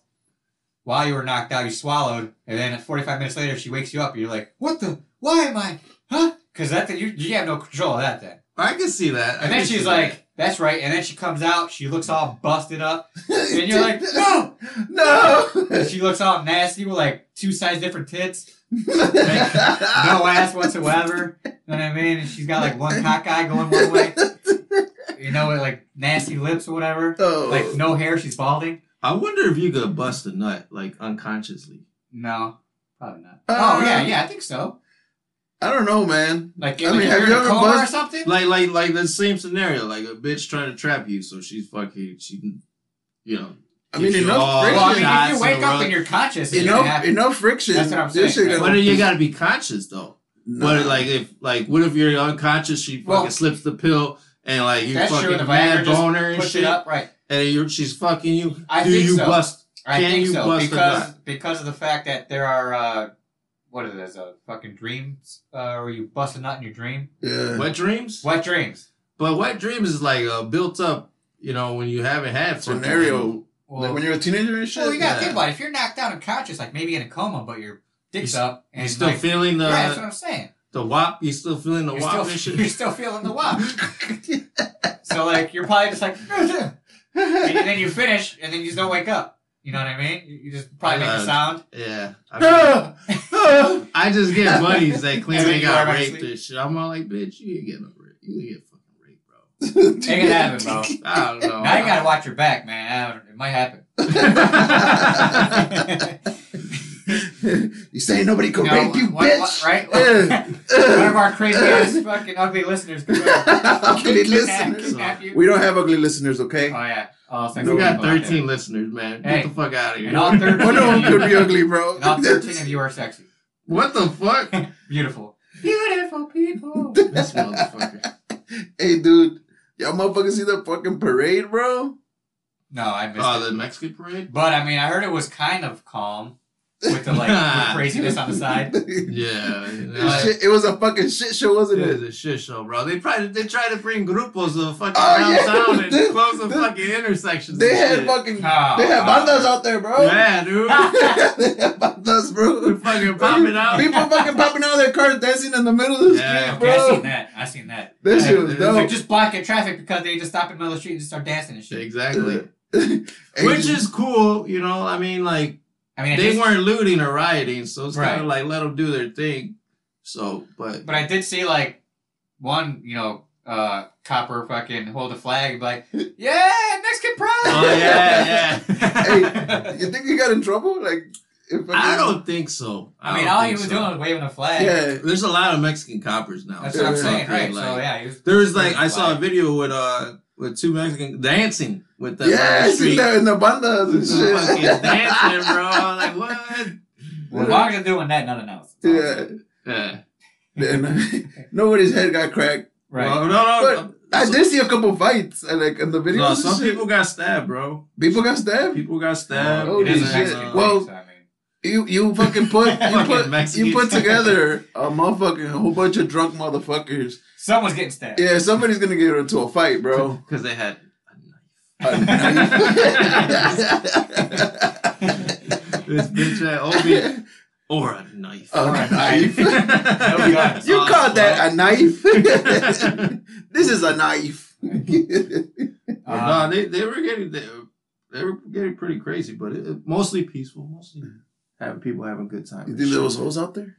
S1: while you were knocked out. You swallowed, and then 45 minutes later, she wakes you up. and You're like, what the? Why am I? Huh? Because that you you have no control of that then.
S3: I can see that. I
S1: And then
S3: can see
S1: she's
S3: that.
S1: like, that's right. And then she comes out, she looks all busted up. And you're like, no!
S2: no.
S1: She looks all nasty with like two size different tits, no ass whatsoever. You know what I mean? And she's got like one cock eye going one way. You know, with like nasty lips or whatever.
S2: Oh.
S1: Like no hair, she's balding.
S3: I wonder if you could bust a nut like unconsciously.
S1: No, probably not.
S2: Uh,
S1: oh, yeah, yeah, I think so.
S2: I don't know, man.
S1: Like,
S2: I
S1: like
S2: mean,
S1: if
S2: have
S1: you're
S2: you
S1: in a
S2: ever
S1: coma or
S2: buzzed-
S1: something?
S3: Like like like the same scenario, like a bitch trying to trap you, so she's fucking she, you know.
S2: I mean,
S3: Get you
S2: enough
S3: all-
S1: well, I
S2: friction.
S1: mean, if
S3: shots
S1: you wake
S3: and
S1: up
S3: run-
S1: and you're conscious, it's gonna
S2: Enough,
S1: happen.
S2: enough friction.
S1: That's what I'm
S2: This
S1: saying,
S2: shit
S1: right?
S2: gonna-
S3: But you gotta be conscious though.
S2: Nah.
S3: But like if like what if you're unconscious, she fucking
S1: Well-
S3: slips the pill and like you
S1: That's true,
S3: fucking
S1: the Viagra
S3: mad
S1: just
S3: boner and
S1: Push
S3: shit,
S1: it up, right?
S3: and you she's fucking you.
S1: I
S3: Do
S1: think
S3: you
S1: so.
S3: bust?
S1: I
S3: Can
S1: think
S3: you
S1: so
S3: bust a
S1: because
S3: nut?
S1: because of the fact that there are uh, what is this a fucking dreams uh, where you bust a nut in your dream?
S2: yeah.
S3: Wet dreams.
S1: Wet dreams.
S3: But wet dreams is like a built up you know, when you haven't had fucking-
S2: scenario.
S1: Well,
S2: like when you're a teenager and shit.
S1: well, you gotta
S3: yeah.
S1: think about it. If you're knocked out unconscious, like maybe in a coma, but your dick's
S3: He's-
S1: up and
S3: You're still
S1: like,
S3: feeling the
S1: right, that's what I'm saying.
S3: the wop. You're still feeling the
S1: You're
S3: wop and
S1: still,
S3: shit.
S1: you're still feeling the wop. so like you're probably just like, and then you finish, and then you just don't wake up. You know what I mean? You- You just probably make a
S3: Uh,
S1: sound.
S3: Yeah. I, mean, I just get buddies that claim
S1: And then
S3: they
S1: you
S3: got
S1: are
S3: raped
S1: actually-
S3: and shit. I'm all like, bitch, you ain't getting no rape. You ain't get fucking raped, bro.
S2: It
S1: It can happen, bro.
S3: I don't know.
S1: Now you gotta watch your back, man. I don't, it might happen.
S2: you saying nobody could
S1: You know,
S2: rape you,
S1: one- one-
S2: bitch?
S1: right?
S2: Yeah.
S1: One of our crazy ass fucking ugly listeners. could
S2: Ugly
S1: kidnap-
S2: listeners.
S1: kidnap you.
S2: we don't have ugly listeners, okay?
S1: Oh yeah. Oh, thank
S3: we got
S1: God about that.
S3: 13 listeners, man.
S1: Hey.
S3: Get the fuck out of here.
S1: And all 13
S2: One of them could be ugly, bro.
S1: And all 13 of you are sexy.
S3: What the fuck?
S1: Beautiful. Beautiful people.
S3: this motherfucker.
S2: hey, dude, y'all motherfuckers see the fucking parade, bro?
S1: No, I missed
S3: Oh,
S1: it.
S3: the Mexican parade?
S1: But I mean, I heard it was kind of calm with the like the craziness on the side.
S3: Yeah. you know,
S2: It's shit- it was a fucking shit show, wasn't
S3: It
S2: it?
S3: is a shit show, bro. They probably they tried to bring grupos to the fucking
S2: Oh, yeah.
S3: downtown and
S2: They-
S3: close the
S2: they-
S3: fucking intersections.
S2: They
S3: and
S2: had
S3: shit.
S2: fucking
S1: Oh,
S2: they had
S1: wow.
S2: bandas out there, bro.
S3: yeah, dude.
S2: they had bandas,
S3: They're
S2: bro.
S3: fucking popping out.
S2: People fucking popping out of their cars, dancing in the middle of the
S3: Yeah.
S2: street,
S1: Okay, I seen
S2: bro.
S1: that. I seen that.
S2: That shit
S3: Yeah,
S2: was
S3: it was
S1: They're
S2: dope.
S1: just blocking traffic because they just stop in the middle of the street and just start dancing and shit.
S3: Exactly.
S2: Hey,
S3: Which is cool, you know. I mean, like
S1: I mean, I
S3: they
S1: did,
S3: weren't looting or rioting, so it's kind
S1: Right.
S3: of like let them do their thing. So, but
S1: but I did see like one, you know, uh, copper fucking hold a flag, and be like, yeah, Mexican pride.
S3: oh yeah, yeah.
S2: Hey, you think you got in trouble? Like, if
S3: I don't think so.
S1: I mean, all he
S3: think
S1: was
S3: so.
S1: doing was waving a flag.
S2: Yeah,
S3: There's a lot of Mexican coppers now.
S1: That's what I'm
S2: Yeah.
S1: saying, right?
S3: Like,
S1: so yeah, he was
S3: There was like I
S1: Waving
S3: saw a
S1: flag.
S3: video with uh with two Mexican dancing with them on
S2: yeah,
S3: the
S2: I
S3: street.
S2: seen that in the bandas and
S3: They're Fucking
S2: shit.
S3: dancing, bro. I'm like what?
S1: As long as they're doing that, nothing else.
S2: yeah,
S3: Yeah.
S2: and nobody's head got cracked.
S1: Right.
S3: Well, no, no.
S2: I did see a couple fights, uh, like in the videos.
S3: no
S2: and
S3: some
S2: shit.
S3: people got stabbed, bro.
S2: people got stabbed.
S3: People got stabbed.
S2: Holy
S1: it is
S3: and,
S1: a
S2: shit.
S1: Mexican
S2: Well,
S1: place, I mean.
S2: You you fucking put you
S3: Fucking
S2: put
S3: Mexicans.
S2: you put together a motherfucking whole bunch of drunk motherfuckers.
S1: someone's getting stabbed.
S2: Yeah, somebody's gonna get into a fight, bro.
S3: Because they had
S2: A knife.
S3: this bitch had Obi or a knife.
S2: A knife.
S1: guns.
S2: Uh, you called that a knife?
S3: no,
S2: this is a knife.
S1: Uh,
S3: they, they were getting they, were- they were getting pretty crazy, but it, it- mostly peaceful, mostly having people having a good time.
S2: You think there was hoes out there?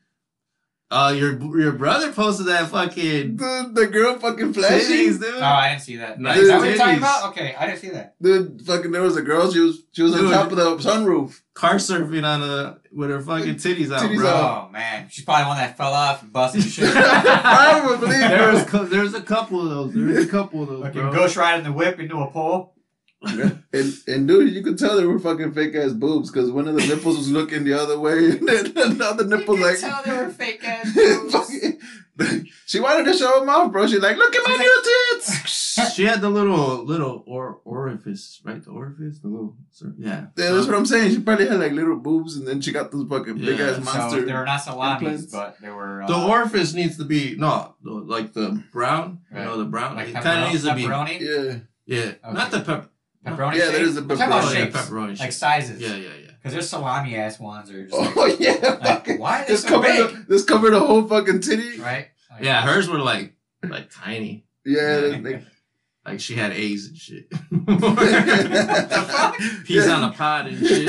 S3: Uh, your your brother posted that fucking
S2: The, the girl fucking flashing.
S3: titties, dude.
S1: oh, I didn't see that.
S3: Nice
S1: Is that what you're
S3: titties.
S1: talking about? Okay, I didn't see that.
S2: Dude, fucking there was a girl. She was she was on
S3: Dude.
S2: top of the sunroof.
S3: Car surfing on a with her fucking titties out,
S2: Titties
S3: bro.
S2: out.
S1: Oh man, she's probably one that fell off and busted and shit.
S2: Probably.
S3: There was cou- there's a couple of those. There's a couple of those,
S1: Fucking
S3: bro.
S1: ghost riding the whip into a pole.
S2: And and dude, you could tell they were fucking fake ass boobs because one of the nipples was looking the other way, and then another nipple like.
S1: they were fake ass
S2: Fucking- she wanted to show them off, bro. She like, look at my new tits.
S3: she had the little little or orifice, right? The orifice, the little sir, yeah.
S2: Yeah, that's what I'm saying. She probably had like little boobs, and then she got those fucking big ass
S3: Yeah,
S1: So they
S2: monster.
S1: were not salamis,
S2: Implants.
S1: but they were uh,
S3: the orifice needs to be no, the, like the brown,
S1: Right.
S3: you know, the brown.
S1: like
S3: it kind of
S1: pepperoni.
S3: needs to be
S1: pepperoni,
S2: yeah,
S3: yeah, not the pepper.
S1: pepperoni
S2: Yeah,
S1: shape?
S2: there is a
S1: We're talking about
S3: Oh,
S2: pepperoni.
S3: yeah,
S1: shapes,
S3: pepperoni.
S1: like
S3: shape.
S1: sizes.
S3: yeah, yeah, yeah.
S1: Because there's salami ass ones that are just like,
S2: oh yeah,
S1: like,
S2: fucking.
S1: why are they
S2: This
S1: so
S2: covered,
S1: big?
S2: the, this covered a whole fucking titty.
S1: Right? Like,
S3: Yeah, hers were like like tiny.
S2: Yeah, like,
S3: Like she had A's and shit.
S1: fuck?
S3: Peas on a pod and shit.
S1: She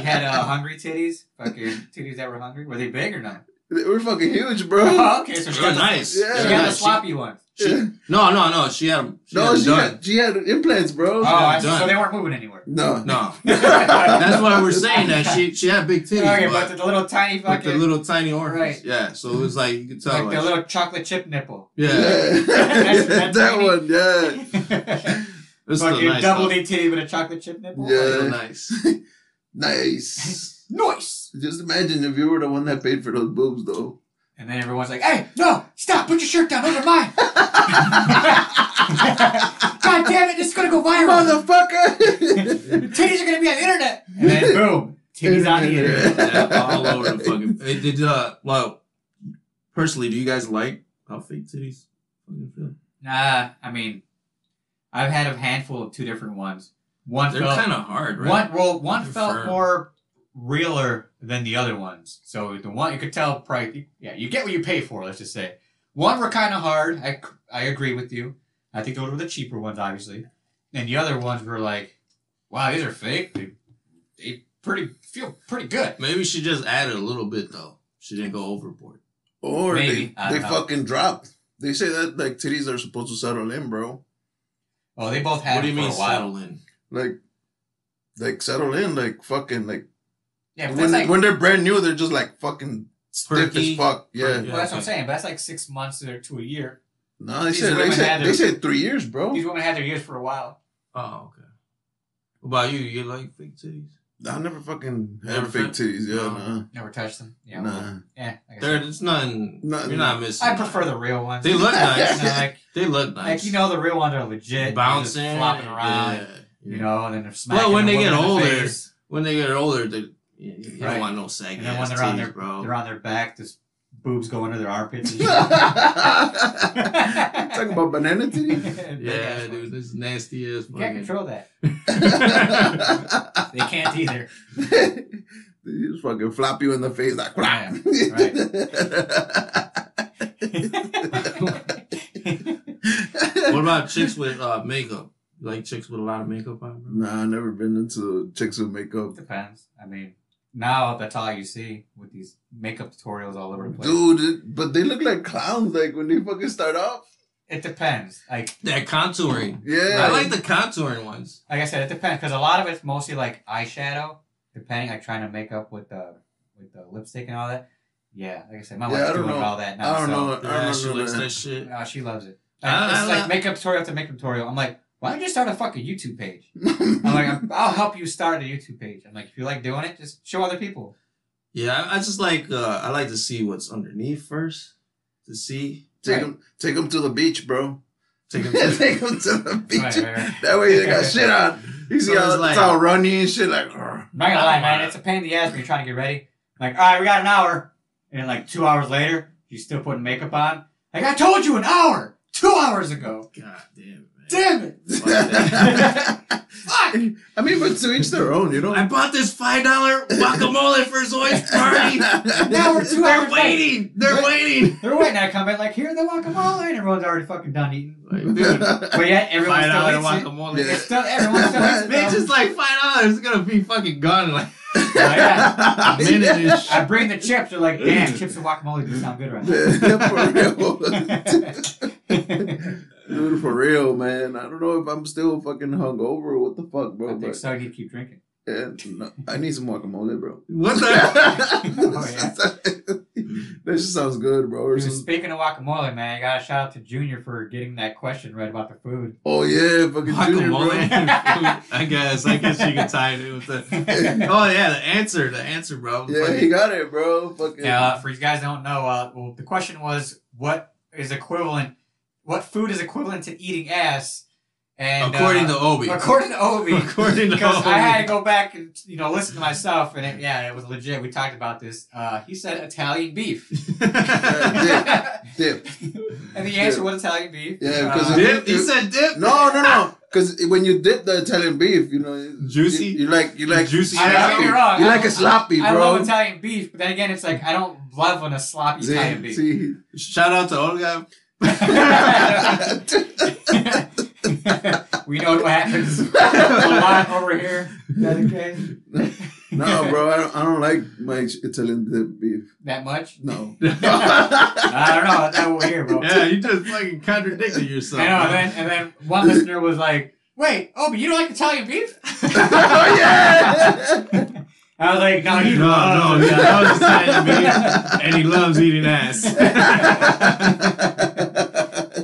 S1: had uh, hungry titties, fucking titties that were hungry. Were they big or not?
S2: they were fucking huge, bro.
S1: Oh, okay, so
S3: They
S1: she
S3: were
S1: got, the,
S3: nice.
S2: Yeah.
S1: she
S3: They were
S1: got the
S3: nice. She-
S1: sloppy ones.
S2: Yeah.
S3: No, no, no. She had 'em-
S2: No,
S3: had
S2: she
S3: 'em
S2: had, she had implants, bro.
S1: Oh, I
S3: was
S1: see.
S3: done.
S1: so they weren't moving anywhere.
S2: No,
S3: No, that's why we're saying that she she had big titties,
S1: okay,
S3: but,
S1: but the little tiny
S3: with
S1: fucking,
S3: the little tiny orange.
S1: Right.
S3: Yeah, so it was like you could tell,
S1: like
S3: like,
S1: the little chocolate chip nipple.
S2: Yeah,
S3: yeah,
S1: That's- that's
S2: that
S1: tiny.
S2: one, yeah.
S1: fucking
S3: it's still nice.
S1: double
S3: Double
S1: D titty with a chocolate chip nipple.
S2: Yeah.
S3: still nice.
S2: Nice.
S1: Nice.
S2: Just imagine if you were the one that paid for those boobs, though.
S1: And then everyone's like, "Hey, no, stop! Put your shirt down. Those are mine." God damn it! This is gonna go viral.
S2: Motherfucker!
S1: Titties are gonna be on the internet. And then boom, titties on the internet.
S3: yeah, all over the fucking. It did. Uh, well, personally, do you guys like how fake titties fucking feel?
S1: Nah, I mean, I I've had a handful of two different ones. One
S3: They're
S1: felt
S3: kind of hard, right?
S1: one well one
S3: They're
S1: felt
S3: firm.
S1: more realer than the other ones. So the one you could tell price. Yeah, you get what you pay for. Let's just say one were kind of hard. I c- I agree with you. I think those were the cheaper ones, obviously. And the other ones were like, wow, these are fake. They, they pretty feel pretty good.
S3: Maybe she just added a little bit though. She didn't go overboard.
S2: Or
S1: Maybe.
S2: they,
S1: I don't
S2: they
S1: know.
S2: fucking dropped. They say that like titties are supposed to settle in, bro.
S1: Oh, they both had
S3: What do you
S1: it for
S3: mean
S1: a while.
S3: settle in?
S2: Like, like settle in, like fucking like
S1: Yeah, but
S2: when
S1: that's like
S2: when they're brand new, they're just like fucking stiff
S3: Perky.
S2: as fuck. Yeah.
S3: Perky.
S1: well, that's what I'm
S3: okay.
S1: saying. But that's like six months or to a year.
S2: No, they
S1: These
S2: said they
S1: women had
S2: said,
S1: their-
S2: they said three years, bro.
S1: These women had their years for a while.
S3: Oh, okay. What about you? You like fake titties?
S2: I never fucking had
S3: Never
S2: fake
S3: felt-
S2: titties. Yeah,
S3: No.
S2: nah.
S1: Never touched them. Yeah, well,
S2: Nah.
S1: yeah. Like I,
S3: There,
S1: said.
S3: it's nothing.
S2: Nothing.
S3: You're not missing.
S1: I prefer the real ones.
S3: They look
S1: You
S3: nice.
S1: know, like,
S3: they look nice.
S1: like you know, the real ones are legit.
S3: bouncing,
S1: they're just flopping around.
S3: Yeah, yeah.
S1: You know, and then they're smacking.
S3: Well, when
S1: the
S3: they get
S1: woman in the
S3: older,
S1: face,
S3: when they get older, they you, you
S1: Right.
S3: don't want no saggy
S1: and then when
S3: ass
S1: they're on
S3: titties,
S1: their
S3: bro.
S1: they're on their back, this boobs go under their armpits. And shit.
S2: Talking about banana titties.
S1: Big
S3: yeah,
S1: ass
S3: dude,
S1: ones.
S3: this nasty ass.
S1: You can't
S3: Fucking,
S1: control that. They can't either.
S2: they just fucking flop you in the face like,
S1: Yeah,
S3: what about chicks with uh, makeup? You like chicks with a lot of makeup on, bro?
S2: Nah, I never been into chicks with makeup.
S1: Depends. I mean, now that's all you see with these makeup tutorials all over the place.
S2: Dude, it- but they look like clowns. Like when they fucking start off.
S1: It depends. Like
S3: That contouring.
S2: Yeah,
S3: I like the contouring ones.
S1: like I said, it depends because a lot of it's mostly like eyeshadow, depending like trying to make up with the with the lipstick and all that. Yeah, like I said, my
S2: Yeah, I
S1: wife's
S2: don't
S1: doing
S2: know.
S1: all that now.
S2: I don't
S1: so,
S2: know. I don't
S3: Yeah, she
S2: know,
S3: likes
S2: man.
S3: that shit.
S1: Oh, she loves it. Like,
S3: I-
S1: it's
S3: I
S1: like
S3: like-
S1: makeup tutorial after makeup tutorial. I'm like, why don't you start a fucking YouTube page? I'm like, I'm- I'll help you start a YouTube page. I'm like, if you like doing it, just show other people.
S3: Yeah, I I just like uh, I like to see what's underneath first to see.
S2: Take them, take them to the beach, bro.
S3: Take them to
S2: take them to the beach.
S1: Right, right, right.
S2: That way they got shit on. You see
S3: So
S2: how
S3: it's
S2: it's
S3: like-
S2: all runny and shit. Like, "Argh."
S1: I'm not gonna lie, man. It's a pain in the ass when you're trying to get ready. Like, all right, we got an hour, and like two hours later, she's still putting makeup on. Like, I told you an hour, two hours ago.
S3: God damn, man.
S1: Damn it! Fuck!
S2: I mean, but to each their own, you know.
S3: I bought this five dollar guacamole for Zoe's party.
S1: Now we're two hours
S3: They're
S1: late.
S3: waiting. They're waiting.
S1: They're waiting. I come in like, here they guacamole, and everyone's already fucking done eating.
S3: Like, dude,
S1: But yet, everyone
S3: five dollar
S1: still eats it.
S3: guacamole.
S2: Yeah.
S1: It's still everyone still eats it.
S3: Bitch, it's like five dollars. It's gonna be fucking gone in like
S1: Oh, yeah.
S3: a minute and shit.
S1: I bring the chips. They're like, damn, chips and guacamole do sound good right
S2: Yeah, for real.
S1: now.
S2: Dude, for real, man. I don't know if I'm still fucking hungover or what the fuck, bro.
S1: I think
S2: But
S1: so. You keep drinking.
S2: yeah, no, I need some guacamole, bro.
S3: What the?
S2: that just sounds good, bro. Or
S1: Oh, Dude,
S2: some-
S1: Speaking of guacamole, man, I gotta shout out to Junior for getting that question right about the food.
S2: oh yeah, fucking junior, bro.
S3: Guacamole. I guess. I guess you can tie it in with that. Oh yeah, the answer. The answer, bro.
S2: Yeah,
S3: Fucking-
S2: he got it, bro. Fucking
S1: Yeah, uh, for you guys that don't know, uh, well, the question was what is equivalent, what food is equivalent to eating ass? And
S3: according to Obi.
S1: Obi, according to Obi,
S3: According to
S1: because I
S3: Obi.
S1: had to go back and you know listen to myself, and it, yeah, it was legit. We talked about this. Uh, he said Italian beef,
S2: Yeah,
S1: and
S2: dip.
S1: the answer was Italian beef.
S2: Yeah, because
S1: Uh,
S2: it-
S3: dip. He said dip.
S2: No, no, no. Because when you dip the Italian beef, you know, you-
S3: Juicy?
S2: You, like you like
S3: Juicy.
S1: I don't get me wrong.
S2: You
S1: I
S2: like a
S1: love-
S2: sloppy,
S1: I love
S2: bro.
S1: Italian beef, but then again, it's like I don't love when a sloppy Italian
S2: See,
S1: beef.
S2: see.
S3: Shout out to Olga.
S1: we know what happens a lot over here. That okay?
S2: no, bro, I don't, I don't like my Italian dip beef.
S1: That much?
S2: No.
S1: I don't know. That's not what we hear, bro.
S3: Yeah, you just fucking contradicted
S1: I
S3: yourself.
S1: know. And
S3: man.
S1: then, and then one listener was like, "Wait, oh, but you don't like Italian beef?"
S2: oh yeah.
S1: I was like, "No, he
S3: No, no,
S1: loves it."
S3: yeah, that was Italian beef, and he loves eating ass.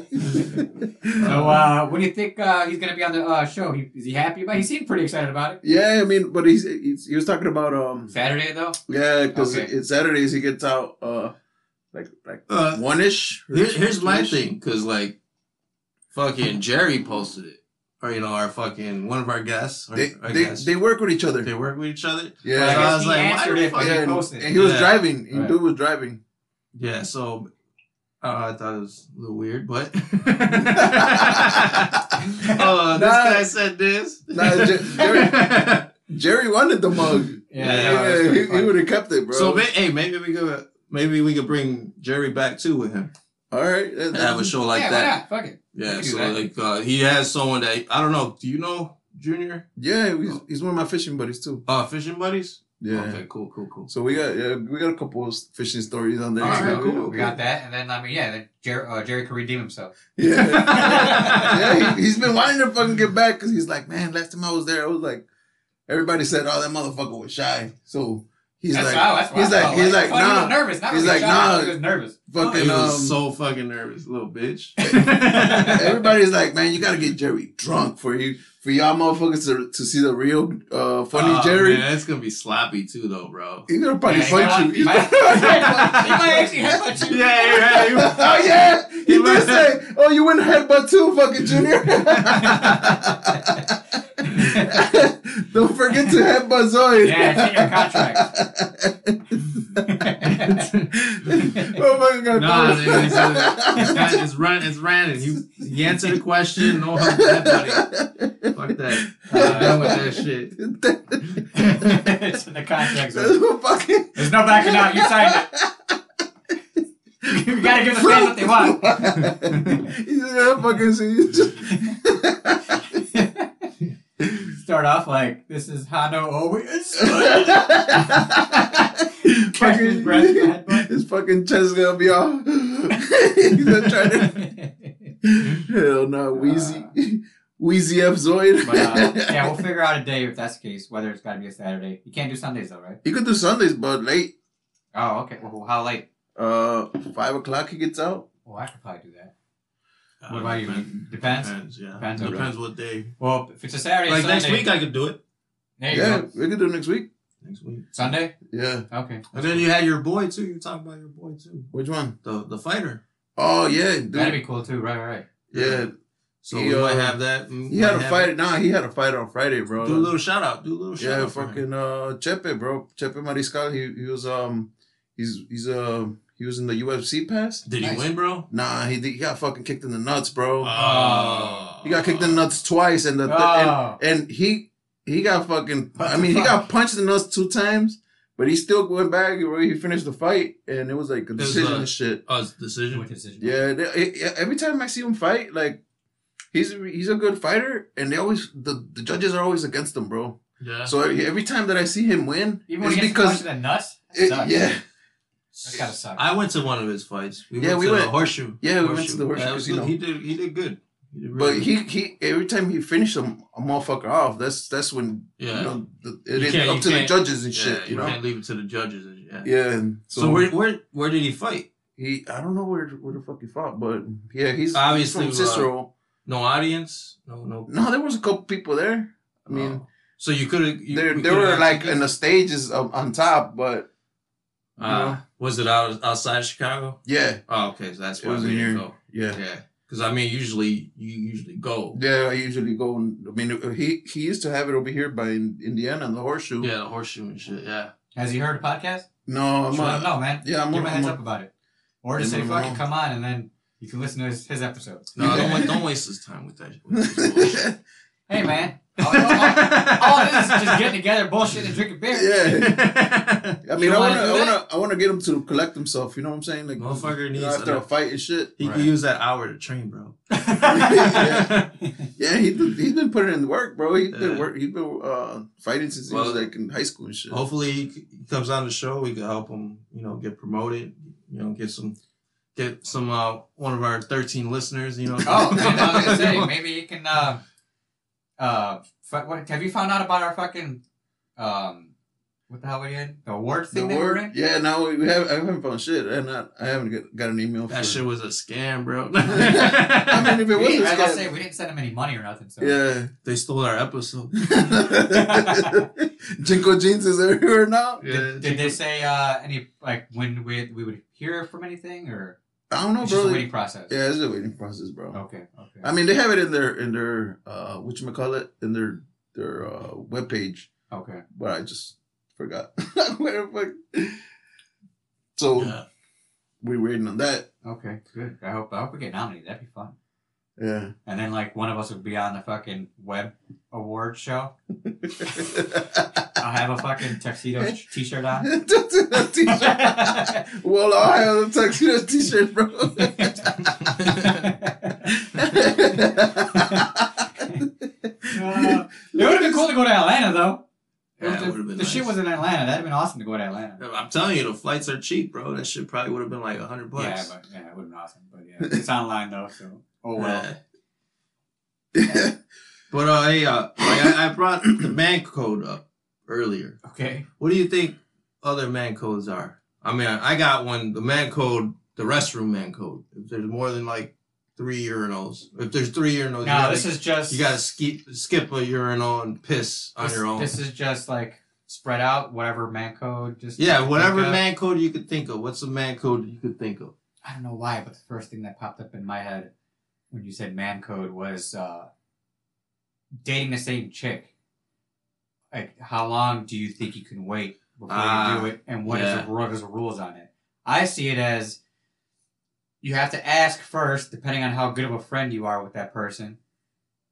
S1: So, uh, what do you think uh, he's gonna be on the uh, show? He, is he happy about? it? He seemed pretty excited about it.
S2: yeah, I mean, but he's, he's he was talking about um
S1: Saturday though.
S2: yeah, because
S1: Okay.
S2: it's Saturdays he gets out uh like like
S3: Uh,
S2: one ish.
S3: here- here's my thing, because like, fucking Jerry posted it, or you know, our fucking one of our guests. Our,
S2: They
S3: our
S2: they,
S3: guests.
S2: they work with each other.
S3: They work with each other.
S1: But I
S3: So
S2: yeah.
S1: guess
S3: I was
S1: he
S3: like, why
S1: answered
S3: the
S1: it, but
S3: fuck
S2: Oh, yeah,
S1: he
S2: and,
S1: posted.
S2: and he was
S3: Yeah.
S2: driving. He
S1: Right.
S2: Dude was driving.
S3: Yeah, so I don't know. I thought it was a little weird, but uh, this
S2: Nah.
S3: guy said this.
S2: Nah, Jer- Jerry- Jerry wanted the mug.
S1: Yeah,
S3: Yeah,
S1: yeah,
S2: Yeah,
S1: that's
S2: he,
S1: pretty funny.
S2: would have kept it, bro.
S3: So may- hey, maybe we could maybe we could bring Jerry back too with him
S2: all right, that-
S3: and have a show like
S1: yeah,
S3: that.
S1: Why not? Fuck it.
S3: Yeah,
S1: We can do
S3: so
S1: that.
S3: like uh, he has someone that I don't know. Do you know Junior?
S2: yeah, he's, he's one of my fishing buddies too.
S3: Uh, fishing buddies.
S2: Yeah.
S3: Okay. Cool. Cool. Cool.
S2: So we got yeah, we got a couple of fishing stories on there.
S1: All right,
S2: so-
S3: cool.
S1: We got that, and then I mean, yeah, then Jer- uh, Jerry could redeem himself.
S2: Yeah, yeah. He, he's been wanting to fucking get back because he's like, man, last time I was there, I was like, everybody said, oh, that motherfucker was shy. So he's
S1: that's
S2: like,
S1: how, that's what
S2: he's
S1: I
S2: like,
S1: felt
S2: he's
S1: I
S2: like,
S1: thought he was
S2: nah,
S1: nervous. Not
S2: He's
S1: really
S2: like,
S1: shy, I thought
S2: nah.
S1: He was nervous.
S3: he
S2: fucking um.
S3: was so fucking nervous, little bitch.
S2: Everybody's like, man, you gotta get Jerry drunk for you for y'all motherfuckers to, to see the real uh, funny
S3: Aw,
S2: Jerry.
S3: Ah, man, that's gonna be sloppy too, though, bro.
S2: He's gonna probably
S1: Yeah, he might-
S2: punch
S1: He
S2: you.
S1: might he might actually headbutt you.
S3: Yeah, yeah, yeah.
S2: oh yeah, he
S3: He
S2: did
S3: might-
S2: say, "Oh, you went headbutt too, fucking Junior." Don't forget to headbutt Zoid.
S1: Yeah, it's in your contract.
S2: oh my god!
S3: Nah, nigga, it's, uh, that- it's run, it's Brandon. He he answered the question. No help, that buddy. Fuck that. I'm done with that shit.
S1: it's in the contract. Zone.
S2: fucking
S1: There's no backing out. You signed it. you gotta give the fans what they want.
S2: He's gonna fucking see you.
S1: Start off like this is Hano always. Catch his
S2: fucking,
S1: breath, headbutt.
S2: his fucking chest gonna be all. He's gonna try to.
S3: Mm-hmm.
S2: Hell no, Wheezy, Wheezy F Zoid.
S1: But uh, yeah, we'll figure out a day if that's the case. Whether it's got to be a Saturday. You can't do Sundays though, right?
S2: you could do Sundays, but late.
S1: Oh, okay. Well, how late?
S2: Uh, five o'clock he gets out.
S1: Well, I could probably do that.
S3: I
S1: What
S3: don't
S1: about
S3: know,
S1: you?
S3: man.
S1: Depends?
S3: yeah.
S1: Depends
S3: Depends,
S1: on-
S3: what day.
S1: Well, if it's a Saturday,
S3: Like
S1: Sunday,
S3: next week, I could do it.
S1: There you
S2: Yeah,
S1: go.
S2: we could do next week.
S3: Next week.
S1: Sunday.
S2: Yeah,
S1: Okay.
S3: And then you had your boy too. You talking about your boy too,
S2: which one?
S3: the the fighter.
S2: Oh yeah,
S1: That'd
S2: dude.
S1: be cool too. Right, right, right.
S2: Yeah,
S3: So
S2: He,
S3: we might
S2: uh,
S3: have that. We
S2: he had a
S3: might have
S2: fight. Nah, he had a fight on Friday,
S3: it.
S2: bro.
S3: Do a little shout out. Do a little shout
S2: yeah,
S3: out. for him.
S2: fucking uh, Chepe, bro. Chepe Mariscal. He he was um, he's he's uh, he was in the UFC pass.
S3: Did
S1: Nice.
S3: he win, bro?
S2: Nah, he, did- he got fucking kicked in the nuts, bro.
S3: Uh,
S1: Oh.
S2: he got kicked in the nuts twice, and the th- and
S1: Oh,
S2: And he he got fucking.
S1: What
S2: I
S1: the
S2: mean, he
S1: fuck?
S2: got punched in the nuts two times, but he still went back. where He finished the fight, and it was like a
S3: was
S2: decision
S3: like-
S2: and shit.
S3: Oh, it's a decision.
S1: Which decision?
S2: Yeah, they, it- it- every time I see him fight, like he's he's a good fighter, and they always the, the judges are always against him, bro.
S3: Yeah.
S2: So every, every time that I see him win,
S1: Even when
S2: it's
S1: he gets punched
S2: because
S1: in the nuts. That
S2: it,
S1: sucks.
S2: yeah,
S1: That's gotta suck.
S3: I went to one of his fights. We
S2: Yeah,
S3: went
S2: we
S3: to
S2: went-
S3: the horseshoe.
S2: yeah, we went to the horseshoe
S3: That was
S2: casino.
S3: good. He did. He did good. He did
S2: but
S3: really
S2: he he every time he finished him a motherfucker off. That's that's when
S3: good. yeah.
S2: you know the, it
S3: You
S2: is
S3: can't-
S2: up
S3: you
S2: to the
S3: can't-
S2: judges
S3: yeah,
S2: and shit. You know,
S3: can't leave it to the judges. and- Yeah.
S2: yeah. and
S3: So, where where where did he fight?
S2: He, I don't know where where the fuck he fought, but yeah, he's
S3: Obviously,
S2: obviously
S3: uh,
S2: from Cicero.
S3: No audience. No no.
S2: No, there was a couple people there. I mean,
S3: Oh. so you could have.
S2: there there were like in the stages up on top, but
S3: Uh, was it out outside of Chicago?
S2: yeah,
S3: Oh, okay. So that's
S2: It
S3: why
S2: was
S3: we
S2: in
S3: didn't
S2: here.
S3: go.
S2: yeah,
S3: Yeah, because I mean, usually you usually go.
S2: yeah. I usually go. and- I mean, he he used to have it over here by in, Indiana on the horseshoe.
S3: Yeah, the horseshoe and shit. Yeah.
S1: Has he heard a podcast?
S2: No, I'm
S1: Just let him
S2: not.
S1: know, man.
S2: Yeah, I'm
S1: Give him
S2: gonna.
S1: a
S2: I'm
S1: heads up
S2: gonna-
S1: about it, or
S2: Yeah,
S1: just say
S2: I'm
S1: fucking
S2: on.
S1: come on, and then you can listen to his, his episode.
S3: No, don't wa- don't waste his time with that. with this bullshit.
S1: Hey, man. All, all, all this is just getting together, bullshit, and drinking beer.
S2: yeah, I mean,
S1: You
S2: I
S1: wanna
S2: wanna, I
S1: do that?
S2: wanna, I wanna get him to collect himself. You know what I'm saying? Like,
S3: Motherfucker
S2: you know,
S3: needs
S2: after
S3: a-
S2: a fight and shit.
S3: He
S1: Right.
S3: could use that hour to train, bro.
S2: Yeah. Yeah, he he's been putting in work, bro. He's been
S3: Yeah.
S2: work. He's been uh, fighting since he was
S3: Well-
S2: like in high school and shit.
S3: Hopefully, he c- he comes on the show. We can help him, you know, get promoted. You know, get some, get some. Uh, one of our thirteen listeners. You know.
S1: Oh, man, I was gonna say maybe you can. Uh, uh, fu- what have you found out about our fucking um, what the hell were you in the award
S2: The
S1: thing? that we were
S2: word,
S1: in?
S2: yeah. Now we have. I haven't found shit, and I, I haven't get, got an email.
S3: that
S2: for-
S3: shit was a scam, bro.
S2: I mean, if it
S1: We
S2: was
S1: didn't,
S2: this
S1: I was gonna
S2: guy,
S1: say we didn't send him any money or nothing. So
S2: yeah.
S3: they stole our episode.
S2: Jinko jeans is everywhere now.
S1: Did, did they say uh, any like when we we would hear from anything or
S2: I don't know,
S1: it's just a
S2: bro.
S1: waiting process?
S2: Yeah, it's a waiting process, bro.
S1: Okay. Okay.
S2: I mean, they have it in their in their uh, what you call it in their their uh, webpage,
S1: okay.
S2: but I just forgot. Where the fuck? So
S3: Yeah.
S2: we're waiting on that.
S1: Okay, good. I hope I hope we get nominated. That'd be fun.
S2: Yeah.
S1: And then like one of us would be on the fucking web award show. I'll have a fucking tuxedo sh- t-shirt on.
S2: Tuxedo t-shirt. well, I have a tuxedo t-shirt, bro.
S1: Uh, it would have been cool to go to Atlanta though.
S3: Yeah, it
S1: If the
S3: would've been
S1: the shit
S3: nice.
S1: was in Atlanta. That'd have been awesome to go to Atlanta.
S3: I'm telling you, the flights are cheap, bro. That shit probably would have been like a hundred
S1: Yeah,
S3: bucks.
S1: but yeah, it would have been awesome. But yeah, it's online though, so oh well.
S3: Yeah. But uh, hey, uh, like, I, I brought the man code up earlier.
S1: Okay.
S3: What do you think other man codes are? I mean, I got one. The man code, the restroom man code. If there's more than like three urinals, if there's three urinals, you,
S1: Now
S3: gotta,
S1: this is just
S3: you gotta skip skip a urinal and piss on
S1: this,
S3: your own.
S1: This is just like spread out whatever man code. Just
S3: yeah,
S1: pick
S3: whatever
S1: up.
S3: man code you could think of. What's a man code you could think of?
S1: I don't know why, but the first thing that popped up in my head when you said man code was uh, dating the same chick. Like, how long do you think you can wait before
S3: Ah,
S1: you do it, and what is
S3: yeah.
S1: the what is the rules on it? I see it as you have to ask first, depending on how good of a friend you are with that person,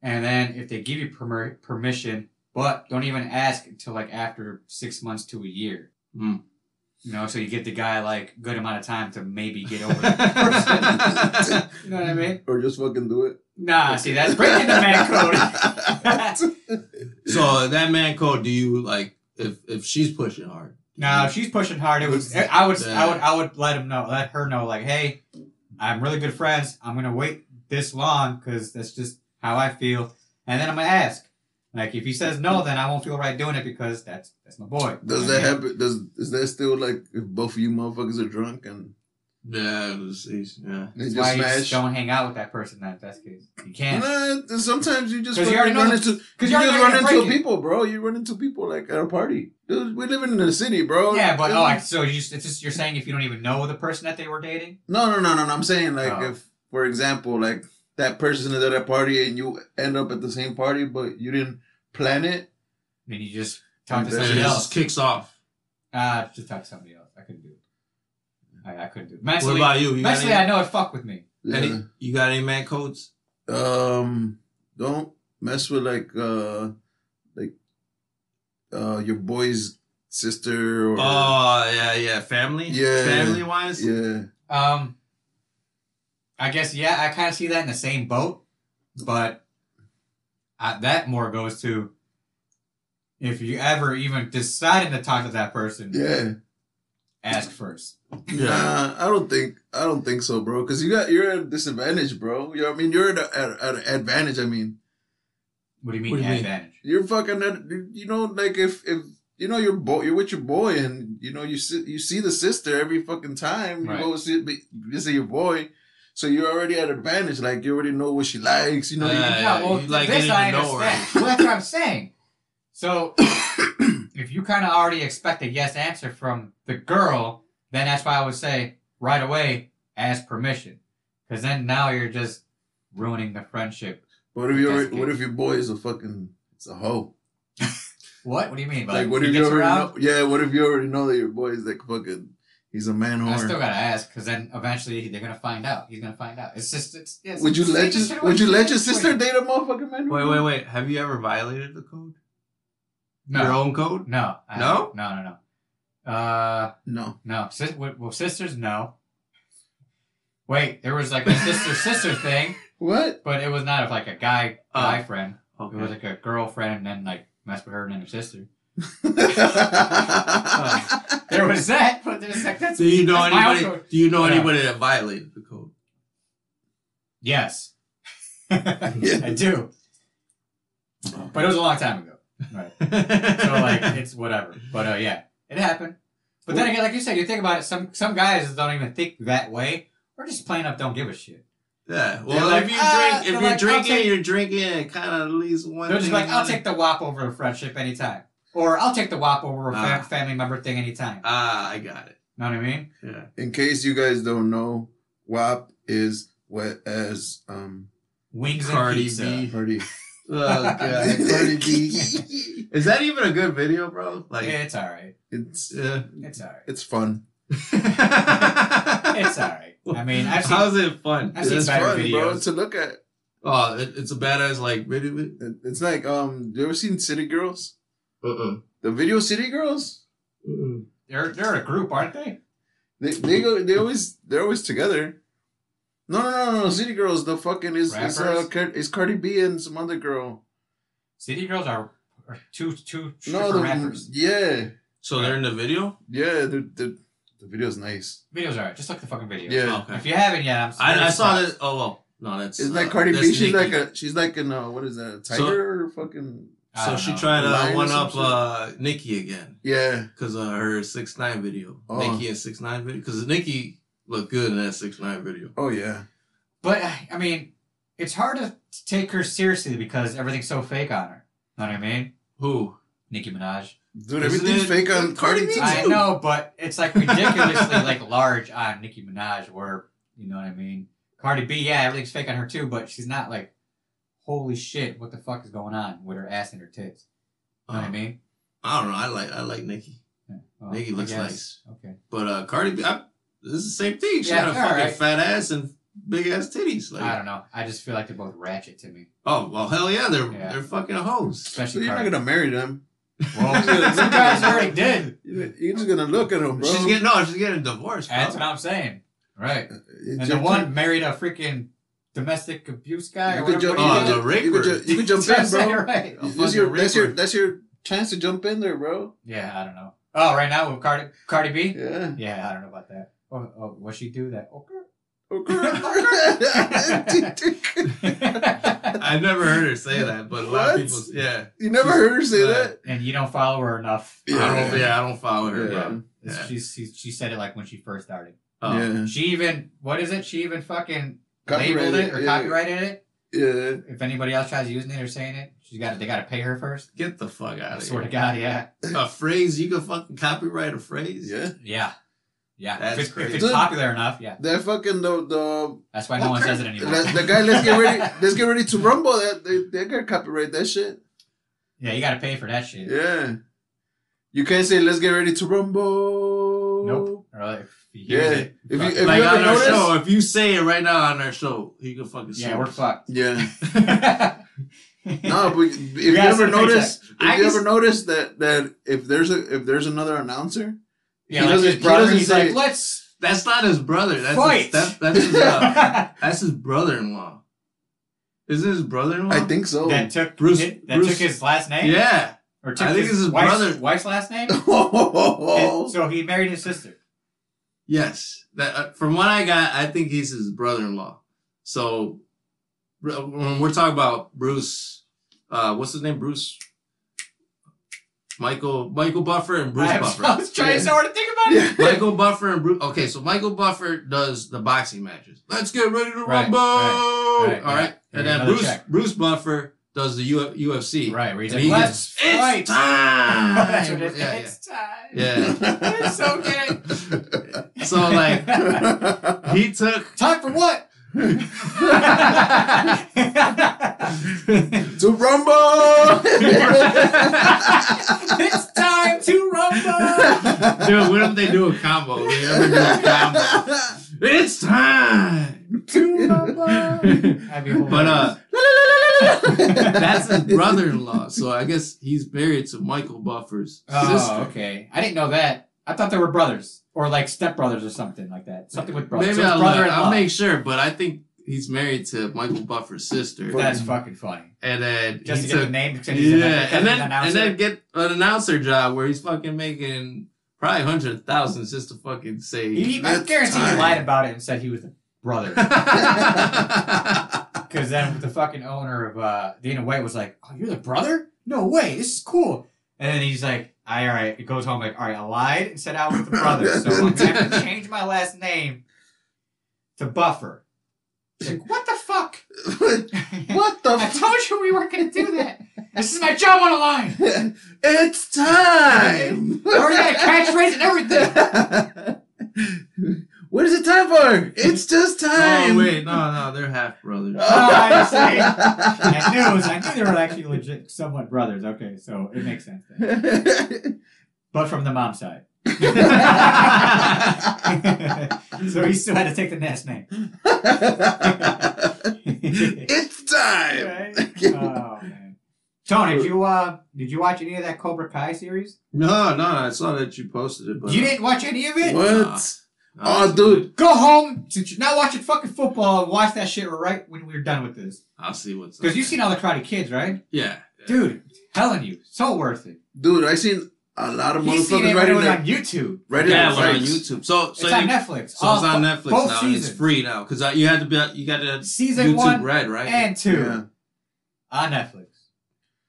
S1: and then if they give you permer- permission, but don't even ask until like after six months to a year.
S3: Hmm.
S1: You know, so you get the guy like good amount of time to maybe get over that person. You know what I mean?
S2: or just fucking do it.
S1: Nah, see, that's breaking the man code.
S3: so that man code, do you like if if she's pushing hard?
S1: now, if she's pushing hard, it was. I would, I would, I would let him know, let her know, like, hey, I'm really good friends. I'm gonna wait this long because that's just how I feel, and then I'm gonna ask. Like, if he says no, then I won't feel right doing it because that's that's my boy.
S2: Does that
S1: You know what I mean?
S2: happen? Does is that still like if both of you motherfuckers are drunk and
S3: Yeah, it was, he's- yeah.
S2: they
S1: That's
S2: just
S1: why you
S2: smash?
S1: just don't hang out with that person. Then, if that's the case, you can't.
S2: Nah, th- sometimes you just
S1: 'Cause you
S2: fucking
S1: already know
S2: run
S1: the-
S2: into you,
S1: Because
S2: just run into people, bro. You run into people like at a party. Dude, we living in the city, bro.
S1: Yeah, but
S2: This
S1: oh,
S2: is-
S1: like, so you just, it's just you're saying if you don't even know the person that they were dating.
S2: No, no, no, no, no. I'm saying like
S1: Oh.
S2: if, for example, like that person is at a party and you end up at the same party, but you didn't plan it.
S1: Then you just talk to
S2: Yeah,
S1: somebody
S3: it
S1: else.
S3: just kicks off.
S1: Ah, just talk to somebody else. I couldn't do it. I, I couldn't do it.
S3: What
S1: Mentally,
S3: about you? You got
S1: mentally,
S3: any,
S1: I know it fucked with me.
S3: any- you got any man codes?
S2: Um, don't mess with like uh, like uh, your boy's sister or
S3: Oh yeah, yeah. Family,
S2: Yeah.
S3: family wise.
S2: yeah.
S1: Um, I guess yeah, I kind of see that in the same boat, but I, that more goes to if you ever even decided to talk to that person,
S2: Yeah,
S1: ask first.
S2: Nah, I don't think I don't think so, bro. Because you got you're at a disadvantage, bro. You know, I mean, you're at, a, at, at an advantage. I mean,
S1: What do you mean
S3: What do you mean?
S1: advantage?
S2: you're fucking at, you know like if if you know your boy you're with your boy and you know you see you see the sister every fucking time
S1: Right.
S2: you go see but you see your boy so you're already at advantage like you already know what she likes you know Uh, you-
S3: Yeah,
S1: Yeah, well,
S3: you, like,
S1: this
S3: didn't
S1: I
S3: even know her.
S1: understand. well, that's what I'm saying. So, if you kind of already expect a yes answer from the girl, then that's why I would say right away, ask permission. Because then now you're just ruining the friendship.
S2: but what if you
S1: That's
S2: already- what
S1: good.
S2: if your boy is a fucking it's a hoe
S1: What? What do you mean?
S2: like, what
S1: he
S2: if you
S1: gets
S2: already know
S1: around?
S2: yeah what if you already know that your boy is like fucking he's a man
S1: I still
S2: whore
S1: gotta ask because then eventually they're gonna find out. He's gonna find out. It's just it's. it's
S2: would you
S1: it's-
S2: let
S1: it's
S2: your
S1: just-
S2: would you let your
S1: it's-
S2: sister date a motherfucking man
S3: Wait,
S2: whore?
S3: wait, wait. Have you ever violated the code? Your
S1: No,
S3: own code?
S1: no, I-
S3: No?
S1: no, no, no. Uh,
S2: no
S1: No, sis- well, well, sisters, no. Wait, there was like a sister sister thing,
S2: what
S1: but it was not of like a guy guy friend. It was
S3: Okay.
S1: like a girlfriend, and then like mess with her and then her sister. There was that, but there's like that's
S3: Do you know
S1: That's my own
S3: anybody?
S1: code.
S3: Do you know
S1: Yeah.
S3: anybody that violated the code?
S1: yes, I do. But it was a long time ago, right? So like it's whatever. But uh, yeah, it happened. But then again, like you said, you think about it. Some some guys don't even think that way, or just plain up don't give a shit.
S3: yeah.
S1: They're
S3: Well,
S1: like,
S3: if you
S1: ah,
S3: drink,
S1: they're
S3: if you're
S1: like, I'll
S3: drinking,
S1: take-
S3: you're drinking. It kind of leaves one.
S1: They're just
S3: thing
S1: like, I'll
S3: out of-
S1: take the wop over a friendship anytime. Or I'll take the wop over a fa-
S3: Ah.
S1: family member thing anytime.
S3: Ah, I got it.
S1: Know what I mean?
S3: Yeah.
S2: In case you guys don't know, WAP is wet as um
S1: Wings
S3: Cardi
S1: and pizza.
S3: B.
S2: party.
S3: Oh, God. Cardi B. Is that even a good video, bro? Like,
S1: Yeah, it's alright.
S2: it's
S3: yeah.
S1: It's alright.
S2: it's fun.
S1: It's all right. I mean, I've seen.
S3: How's it fun?
S1: I've seen
S3: It's
S1: better
S3: fun.
S1: videos.
S2: bro, to look at.
S3: Oh, it, it's a badass like video. Uh
S2: It- It's like um, you ever seen City Girls?
S3: uh-uh.
S2: The video City Girls?
S3: uh.
S1: they're they're a group, aren't they?
S2: They, they go. They always. They're always together. No, no, no, no. City Girls. The fucking is is, uh,
S1: Rappers?
S2: Car- is Cardi B and some other girl.
S1: City girls are, are two two stripper
S2: No, the
S1: rappers.
S2: yeah,
S3: So they're in the video.
S2: yeah. The the the video's nice.
S1: Videos are just look at the fucking videos.
S2: Yeah.
S3: Oh, Okay.
S1: If you haven't yet, I'm
S3: I, I saw
S1: this.
S3: that. Oh well, no, that's
S2: Isn't
S3: uh,
S2: that Cardi
S3: that's
S2: B? She's
S3: Nicki.
S2: like a she's like an uh, what is that? A
S3: So-
S2: tiger or fucking
S1: I
S3: So
S1: don't
S3: she
S1: know.
S3: tried
S2: Lion
S3: to
S2: or
S3: one
S2: some
S3: up uh, Nikki again
S2: yeah.
S3: because of her six nine video.
S2: Oh.
S3: Nikki and six nine video because Nikki looked good in that six nine video.
S2: Oh yeah.
S1: But I I mean, it's hard to t- take her seriously because everything's so fake on her. Know what I mean?
S3: Who?
S1: Nicki Minaj.
S2: Dude,
S3: Isn't
S2: everything's
S3: it-
S2: fake on Cardi
S3: Cardi
S2: B.
S3: B?
S1: I
S3: too.
S1: know, but it's like ridiculously like large on Nicki Minaj. Where you know what I mean? Cardi B, yeah, everything's fake on her too, but she's not like, holy shit, what the fuck is going on with her ass and her tits? Know
S2: Uh-huh.
S1: what I
S3: Um,
S1: mean?
S3: I don't know. I like I like Nikki.
S1: Well,
S3: Nikki
S1: I
S3: looks
S1: guess.
S3: nice,
S1: Okay.
S3: but uh, Cardi B. I, this is the same thing. She
S1: Yeah,
S3: had a
S1: all
S3: fucking
S1: right.
S3: fat ass and big ass titties.
S1: I
S3: Like,
S1: don't know. I just feel like they're both ratchet to me,
S3: oh well, hell yeah, they're
S1: Yeah.
S3: they're fucking hoes.
S2: So
S1: especially
S2: you're not
S1: Cardi.
S2: gonna marry them.
S1: Well, some guys already did.
S2: You- You're just gonna look at them, bro.
S3: She's getting no, she's getting divorced. bro.
S1: That's what I'm saying. Right.
S2: It's
S1: And the
S2: your
S1: one
S2: turn.
S1: married a freaking domestic abuse guy
S2: You
S1: or
S2: could
S1: whatever.
S2: jump,
S1: what
S3: Oh,
S1: he
S3: the
S1: did.
S2: you could ju- you could ju- you could jump in,
S1: That's
S2: bro.
S1: it, right.
S3: A
S2: That's your
S3: fucking
S2: that's your
S3: ripper.
S2: that's your chance to jump in there, bro.
S1: Yeah, I don't know. Oh, right now with Cardi, Cardi B?
S2: Yeah.
S1: Yeah, I don't know about that. Oh, oh what she do that? Okay.
S2: Oh,
S3: I never heard her say that, but a lot
S2: What?
S3: of people, yeah.
S2: you never heard her say
S3: Uh,
S2: that.
S1: and you don't follow her enough.
S2: Yeah.
S3: I don't, yeah, I don't follow her,
S2: Yeah.
S3: bro.
S1: It's- She, she, she said it like when she first started.
S3: Oh.
S2: yeah.
S1: She even, what is it? She even fucking labeled
S2: Copyrighted
S1: it or
S2: it, yeah.
S1: copyrighted it.
S2: Yeah.
S1: If anybody else tries using it or saying it, she's got they got to pay her first.
S3: Get the fuck
S1: I
S3: out of
S1: swear
S3: here.
S1: to God, yeah,
S3: A phrase, you can fucking copyright a phrase?
S2: Yeah.
S1: yeah, yeah.
S3: That's
S1: if, it's, if
S3: crazy.
S1: it's popular enough, yeah.
S2: That fucking the the
S1: That's why no one says it
S2: the,
S1: anymore.
S2: the guy. Let's get ready. Let's get ready to rumble. That they they gotta copyright that shit.
S1: Yeah, you got to pay for that shit.
S2: Yeah. You can't say let's get ready to rumble.
S1: Nope. Or if he
S2: Yeah.
S1: hears
S2: If
S1: it,
S2: you
S1: fuck
S2: if
S1: it.
S2: you
S3: Like
S2: ever
S3: on our
S2: notice.
S3: show, if you say it right now on our show, you can fucking
S1: yeah,
S3: sue
S1: we're
S3: us.
S1: fucked.
S2: Yeah.
S1: no,
S2: No, but if you
S1: gotta
S2: ever
S1: send a paycheck.
S2: notice, if
S3: I
S2: you
S3: just-
S2: ever notice that that if there's a if there's another announcer, He
S1: yeah, like
S2: doesn't-
S1: his
S2: he
S1: brother,
S2: doesn't
S1: he's
S2: say-
S1: like, let's.
S3: That's not his brother. That's
S1: Fight!
S3: His, that, that's, his, uh,
S1: that
S3: that's his brother-in-law. Isn't his brother-in-law?
S2: I think so.
S1: took
S3: Bruce-
S1: That
S3: Bruce-
S1: took his last name.
S3: Yeah.
S1: or took
S3: I think
S1: his
S3: it's his
S1: wife's,
S3: brother. Oh.
S1: wife's last name. And so he married his sister.
S3: Yes. That uh, from what I got, I think he's his brother-in-law. So br- when we're talking about Bruce, uh, what's his name? Bruce, Michael, Michael Buffer and Bruce
S1: I, was- I
S3: Buffer.
S1: was trying so hard to think about it.
S2: yeah.
S3: Michael Buffer and Bruce. Okay, so Michael Buffer does the boxing matches. Let's get ready to
S1: Right,
S3: rumble.
S1: right,
S3: All
S1: right.
S3: right,
S1: Here's
S3: and then
S1: another
S3: Bruce
S1: check.
S3: Bruce Buffer does the U- UFC.
S1: Right, where he's
S3: And
S1: like,
S3: he
S1: let's
S3: gets, it's
S1: fight.
S3: time.
S1: That's what it is.
S3: yeah,
S1: It's time.
S3: yeah.
S1: It's so good.
S3: yeah. So like he took
S1: time for what?
S2: to rumble.
S1: it's time to rumble.
S3: Dude, what if they do a combo? They ever do a combo? It's time.
S1: to rumble. I'd be hilarious.
S3: But uh, that's his brother-in-law, so I guess he's married to Michael Buffer's sister.
S1: Oh, okay. I didn't know that. I thought they were brothers or like stepbrothers or something like that. Something with brothers.
S3: Maybe
S1: So it's
S3: I'll,
S1: brother
S3: I'll make sure, but I think he's married to Michael Buffer's sister,
S1: That's fucking funny.
S3: and then
S1: Just
S3: he
S1: to get
S3: took
S1: the name. because he's an-
S3: yeah,
S1: because he's
S3: and then
S1: an
S3: and
S1: announcer.
S3: then get an announcer job where he's fucking making probably hundred thousand just to fucking say.
S1: he, I
S2: That's
S1: guarantee he
S2: time.
S1: lied about it and said he was a brother. Because then the fucking owner of uh, Dana White was like, "Oh, you're the brother? No way! This is cool." And then he's like, "I all right." It goes home like, "All right, I lied and said I was the brother, so I'm gonna have to change my last name to Buffer." It's like, what the fuck?
S2: what the?
S1: I
S2: F-
S1: told you we weren't gonna do that. This is my job on the line.
S2: it's time.
S1: I already got a catchphrase and everything.
S2: what is it time for? It's just time.
S3: oh wait, Oh, no, no, they're half brothers.
S1: I I knew, it was- I knew they were actually legit, somewhat brothers. Okay, so it makes sense. Then. But from the mom side. so he still had to take the last name.
S2: it's time.
S1: Right? Oh man. Tony, did you uh did you watch any of that Cobra Kai series?
S3: No, no, I saw that you posted it, but
S1: You didn't watch any of it?
S2: What?
S3: No,
S2: Oh, dude.
S1: Go home since you're not watching fucking football and watch that shit right when we're done with this.
S3: I'll see what's up.
S1: Because you've seen all the Karate Kids, right?
S3: yeah, yeah.
S1: Dude, telling you, so worth it.
S2: Dude, I seen a lot of
S1: He's seen it
S2: motherfuckers
S1: when
S2: right
S1: it
S2: in
S1: was
S2: there.
S1: on YouTube.
S2: Right in
S3: yeah,
S2: there.
S3: it went on
S2: Thanks.
S3: YouTube. So, so
S1: it's on
S3: you,
S1: Netflix.
S3: so it's
S1: All-
S3: on Netflix
S1: both
S3: now. and
S1: seasons.
S3: It's free now because you had to be you got to
S1: Season
S3: YouTube
S1: one
S3: Red, right?
S1: and two
S2: Yeah.
S1: on Netflix.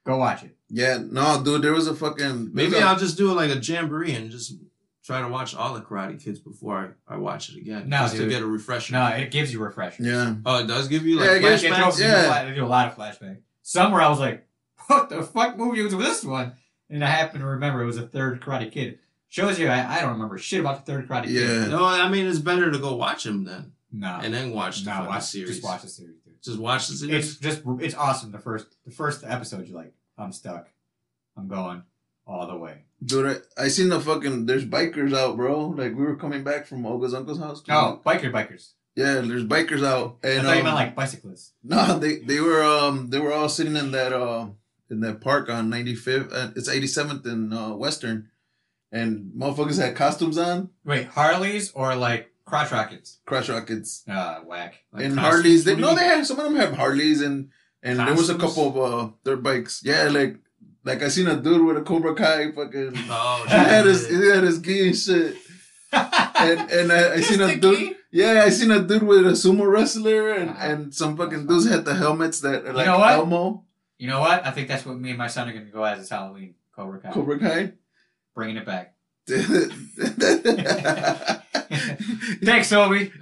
S1: Go watch it.
S2: Yeah, no, dude, there was a fucking. there
S3: Maybe
S2: was a-
S3: I'll just do like a jamboree and just try to watch all the Karate Kids before I, I watch it again,
S1: No,
S3: just to
S1: dude.
S3: get a refresher.
S1: No, it gives you refreshers.
S2: Yeah.
S3: Oh, it does give you
S2: Yeah,
S3: like
S2: it gives
S1: They
S2: you-
S3: flashbacks.
S1: do- they do a
S2: yeah.
S1: lot- they do a lot of flashbacks. Somewhere I was like, what the fuck movie was this one? And I happen to remember it was a third Karate Kid. Shows you I, I don't remember shit about the third Karate Kid.
S2: Yeah.
S3: No, I mean it's better to go watch them then,
S1: No,
S3: and then watch the
S1: no,
S3: fucking
S1: watch,
S3: series.
S1: just watch the series, dude.
S3: Just watch the series.
S1: It's just it's awesome. The first the first episode, you're like, I'm stuck. I'm going all the way.
S2: Dude, I, I seen the fucking. There's bikers out, bro. Like, we were coming back from Olga's uncle's house.
S1: Oh, biker bikers.
S2: Yeah, there's bikers out.
S1: I
S2: And,
S1: thought you
S2: um,
S1: meant like bicyclists.
S2: No, they they were um they were all sitting in that uh in that park on 95th uh, it's 87th and uh, Western and motherfuckers had costumes on
S1: Wait, Harleys or like crotch rockets?
S2: Crush Rockets
S1: Ah, whack.
S3: Like
S2: and
S3: costumes.
S2: Harleys they,
S3: What do you
S2: no
S3: mean?
S2: they had some of them have Harleys and and there was a
S3: Costumes?
S2: couple of uh dirt bikes yeah like like I seen a dude with a Cobra Kai fucking he
S3: Oh,
S2: had his
S3: shit.
S2: he had his gi and shit and and I, I
S1: Just
S2: seen a
S1: the
S2: dude
S1: key?
S2: yeah I seen a dude with a sumo wrestler and
S1: Uh-huh.
S2: and some fucking dudes had the helmets that are
S1: You
S2: like
S1: know what?
S2: Elmo
S1: You know what? I think that's what me and my son are going to go as this Halloween. Cobra Kai.
S2: Cobra Kai.
S1: Bringing it back.
S2: yeah,
S1: Thanks, Obi.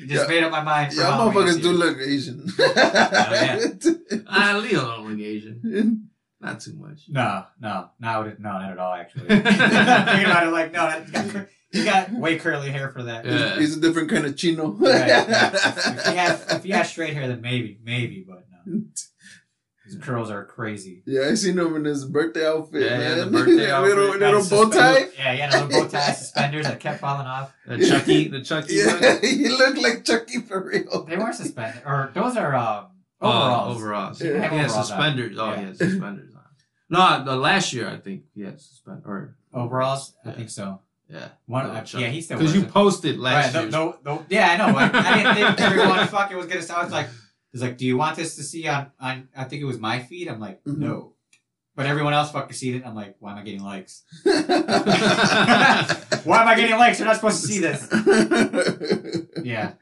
S1: You just
S2: Yeah.
S1: made up my mind. For Halloween Oh,
S2: motherfuckers
S1: this
S2: do
S1: year.
S2: look Asian.
S3: Ah, Leo don't look Asian. Not too much.
S1: No, no, no, it- no, not at all. Actually, thinking about it, like no, that, you, got, cur- you got way curly hair for that.
S3: Yeah.
S2: He's a different kind of chino.
S1: Right, yeah. If you have if you have straight hair, then maybe, maybe, but no. His curls are crazy.
S2: yeah, I seen him in his birthday outfit,
S3: Yeah, yeah,
S2: man.
S3: the birthday
S2: little little
S3: outfit.
S1: Had
S2: bow tie.
S1: suspenders- Yeah, he had a little bow tie, suspenders that kept falling off.
S3: The Chucky, the Chucky.
S2: Yeah,
S3: look?
S2: he looked like Chucky for real.
S1: They weren't suspended, or those are um,
S3: Oh,
S1: overalls.
S3: overalls.
S2: Yeah.
S3: He had
S1: Overalls on.
S3: suspenders. Oh, he
S1: Yeah.
S3: had suspenders on. No, the last year I think he had suspenders. Or
S1: Overalls, I
S3: Yeah.
S1: think so.
S3: yeah,
S1: One,
S3: Oh,
S1: uh,
S3: Chuck.
S1: yeah, he still
S3: because
S1: wears
S3: you
S1: it.
S3: posted last
S1: Right,
S3: year.
S1: no, no, no, yeah, I know. I, I didn't think everyone fucking was gonna sound like. It's like, do you want this to see on, on? I think it was my feed. I'm like,
S2: Mhm.
S1: no. But everyone else fucking seen it. I'm like, why am I getting likes? Why am I getting likes? You're not supposed to see this. Yeah.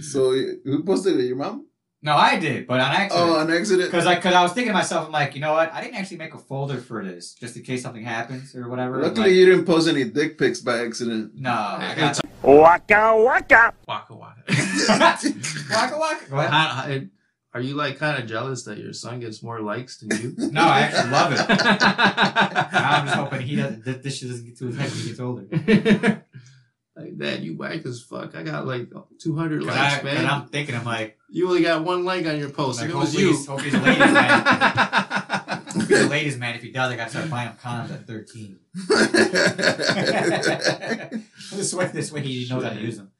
S2: so who posted it? Your mom?
S1: No, I did, but on
S2: Oh,
S1: accident.
S2: an
S3: uh,
S2: accident.
S1: Because I, cause I was thinking to myself, I'm like, you know what? I didn't actually make a folder for this, just in case something happens or whatever. I'm
S2: Luckily,
S1: like,
S2: you didn't post any dick pics by accident.
S1: no, I got
S3: It's
S5: Waka waka.
S3: waka waka.
S1: waka waka. Go ahead.
S3: How- how- Are you like kind of jealous that your son gets more likes than you?
S1: No, I actually love it. I'm just
S3: like
S1: hoping he doesn't. That this shit doesn't get to his head when he gets older.
S3: that, you whack as fuck. I got like 200
S1: Because
S3: likes, man.
S1: I'm thinking, I'm like,
S3: You only got one like on your post.
S1: Like,
S3: if it was
S1: hopefully
S3: you.
S1: he's- hopefully he's a ladies' if you're a ladies' man, if he does, I gotta start buying him condoms at 13. this way, this way, he knows how to use them.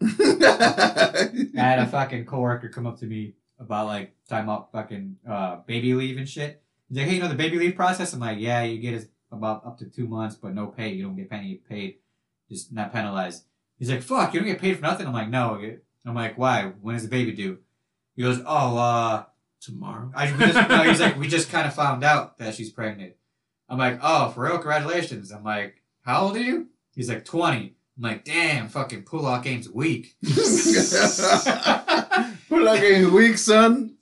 S1: I had a fucking coworker come up to me about like time out fucking uh, baby leave and shit. He's like, hey, you know the baby leave process? I'm like, yeah, you get it about up to two months, but no pay. You don't get penny paid, just not penalized. He's like, fuck, you don't get paid for nothing. I'm like, no. I'm like, why? When is the baby due? He goes, oh, uh,
S3: Tomorrow.
S1: I we just, no, he's like, we just kind of found out that she's pregnant. I'm like, oh, for real, congratulations. I'm like, how old are you? He's like, 20. I'm like, damn, fucking pull out game's weak. yeah,
S2: We're like a week, son.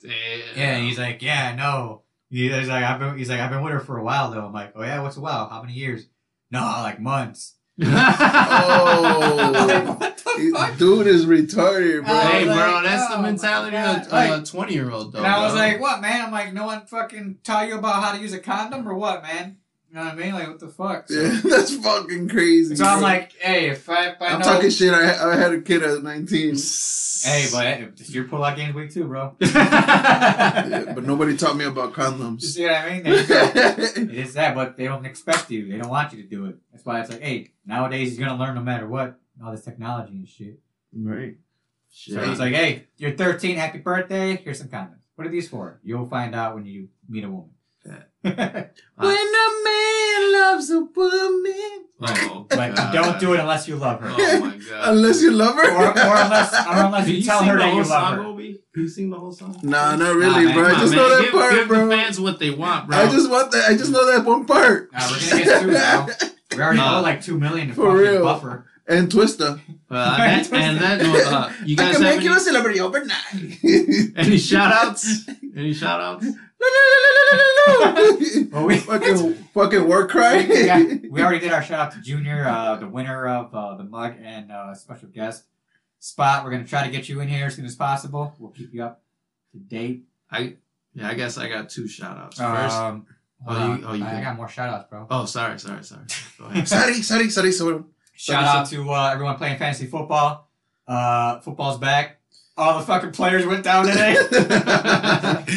S1: and he's like, yeah, no. He's like, I've been, he's like, I've been with her for a while though. I'm like, oh yeah, what's a while? How many years? No, like months. Like,
S2: Oh,
S1: what the
S2: he-
S1: fuck?
S2: dude is retarded, bro.
S1: I
S3: hey,
S1: was
S3: bro,
S1: like, oh
S3: that's the
S1: my
S3: mentality
S1: God.
S3: of a
S1: Like-
S3: 20 year old, though.
S1: And I was
S3: bro.
S1: like, what, man? I'm like, no one fucking taught you about how to use a condom or what, man? You know what I mean? Like, what the fuck? So,
S2: Yeah, that's fucking crazy.
S1: so I'm
S2: bro.
S1: like, hey, if I, if I
S2: I'm
S1: know,
S2: talking shit. I, I had a kid at 19.
S1: hey, but eh, if you're pull out games week two, bro.
S2: Yeah, but nobody taught me about
S1: You
S2: condoms.
S1: see what I mean? There you go.
S2: yeah,
S1: It is that, but they don't expect you. They don't want you to do it. That's why it's like, hey, nowadays you're gonna learn no matter what. All this technology and shit.
S2: right.
S3: Shit.
S1: So it's like, hey, you're 13. Happy birthday. Here's some condoms. What are these for? You'll find out when you meet a woman.
S2: When a man loves a woman,
S3: oh,
S1: But
S3: God.
S1: don't do it unless you love her,
S3: Oh my god.
S2: unless you love her.
S1: or, or unless or unless
S3: Did
S1: you tell
S3: sing
S1: her
S3: the
S1: that
S3: whole
S1: you love
S3: song,
S1: her.
S3: Obi? You sing the whole song?
S2: nah, not really,
S1: Nah, man,
S2: bro.
S1: come
S2: I
S1: on,
S2: just
S1: man.
S2: know that
S3: give,
S2: part,
S3: give
S2: bro.
S3: the fans what they want, bro.
S2: I just want that. I just know that one part.
S1: Nah, we're gonna get through it, bro. We already
S3: Nah.
S1: owe like two million to
S2: For
S1: fucking
S2: real.
S1: buffer.
S2: and Twista.
S3: Well, on that- and that goes uh, you
S2: I
S3: guys
S2: can
S3: have
S2: make
S3: any,
S2: you a celebrity overnight.
S3: any shout outs? Any shout outs?
S1: Well, we,
S2: fucking, fucking war cry.
S1: yeah, we already did our shout out to Junior, uh, the winner of uh, the mug and uh, special guest spot. We're gonna try to get you in here as soon as possible. We'll keep you up to date.
S3: I yeah, I guess I got two shout outs. First
S1: Um,
S3: Oh,
S1: hold on.
S3: you- oh, you
S1: I, I
S3: can-
S1: got more shout outs, bro.
S3: Oh sorry, sorry, sorry. Go ahead.
S2: sorry, sorry, sorry, sorry.
S1: Shout out to uh, everyone playing fantasy football. Uh, football's back. All the fucking players went down today.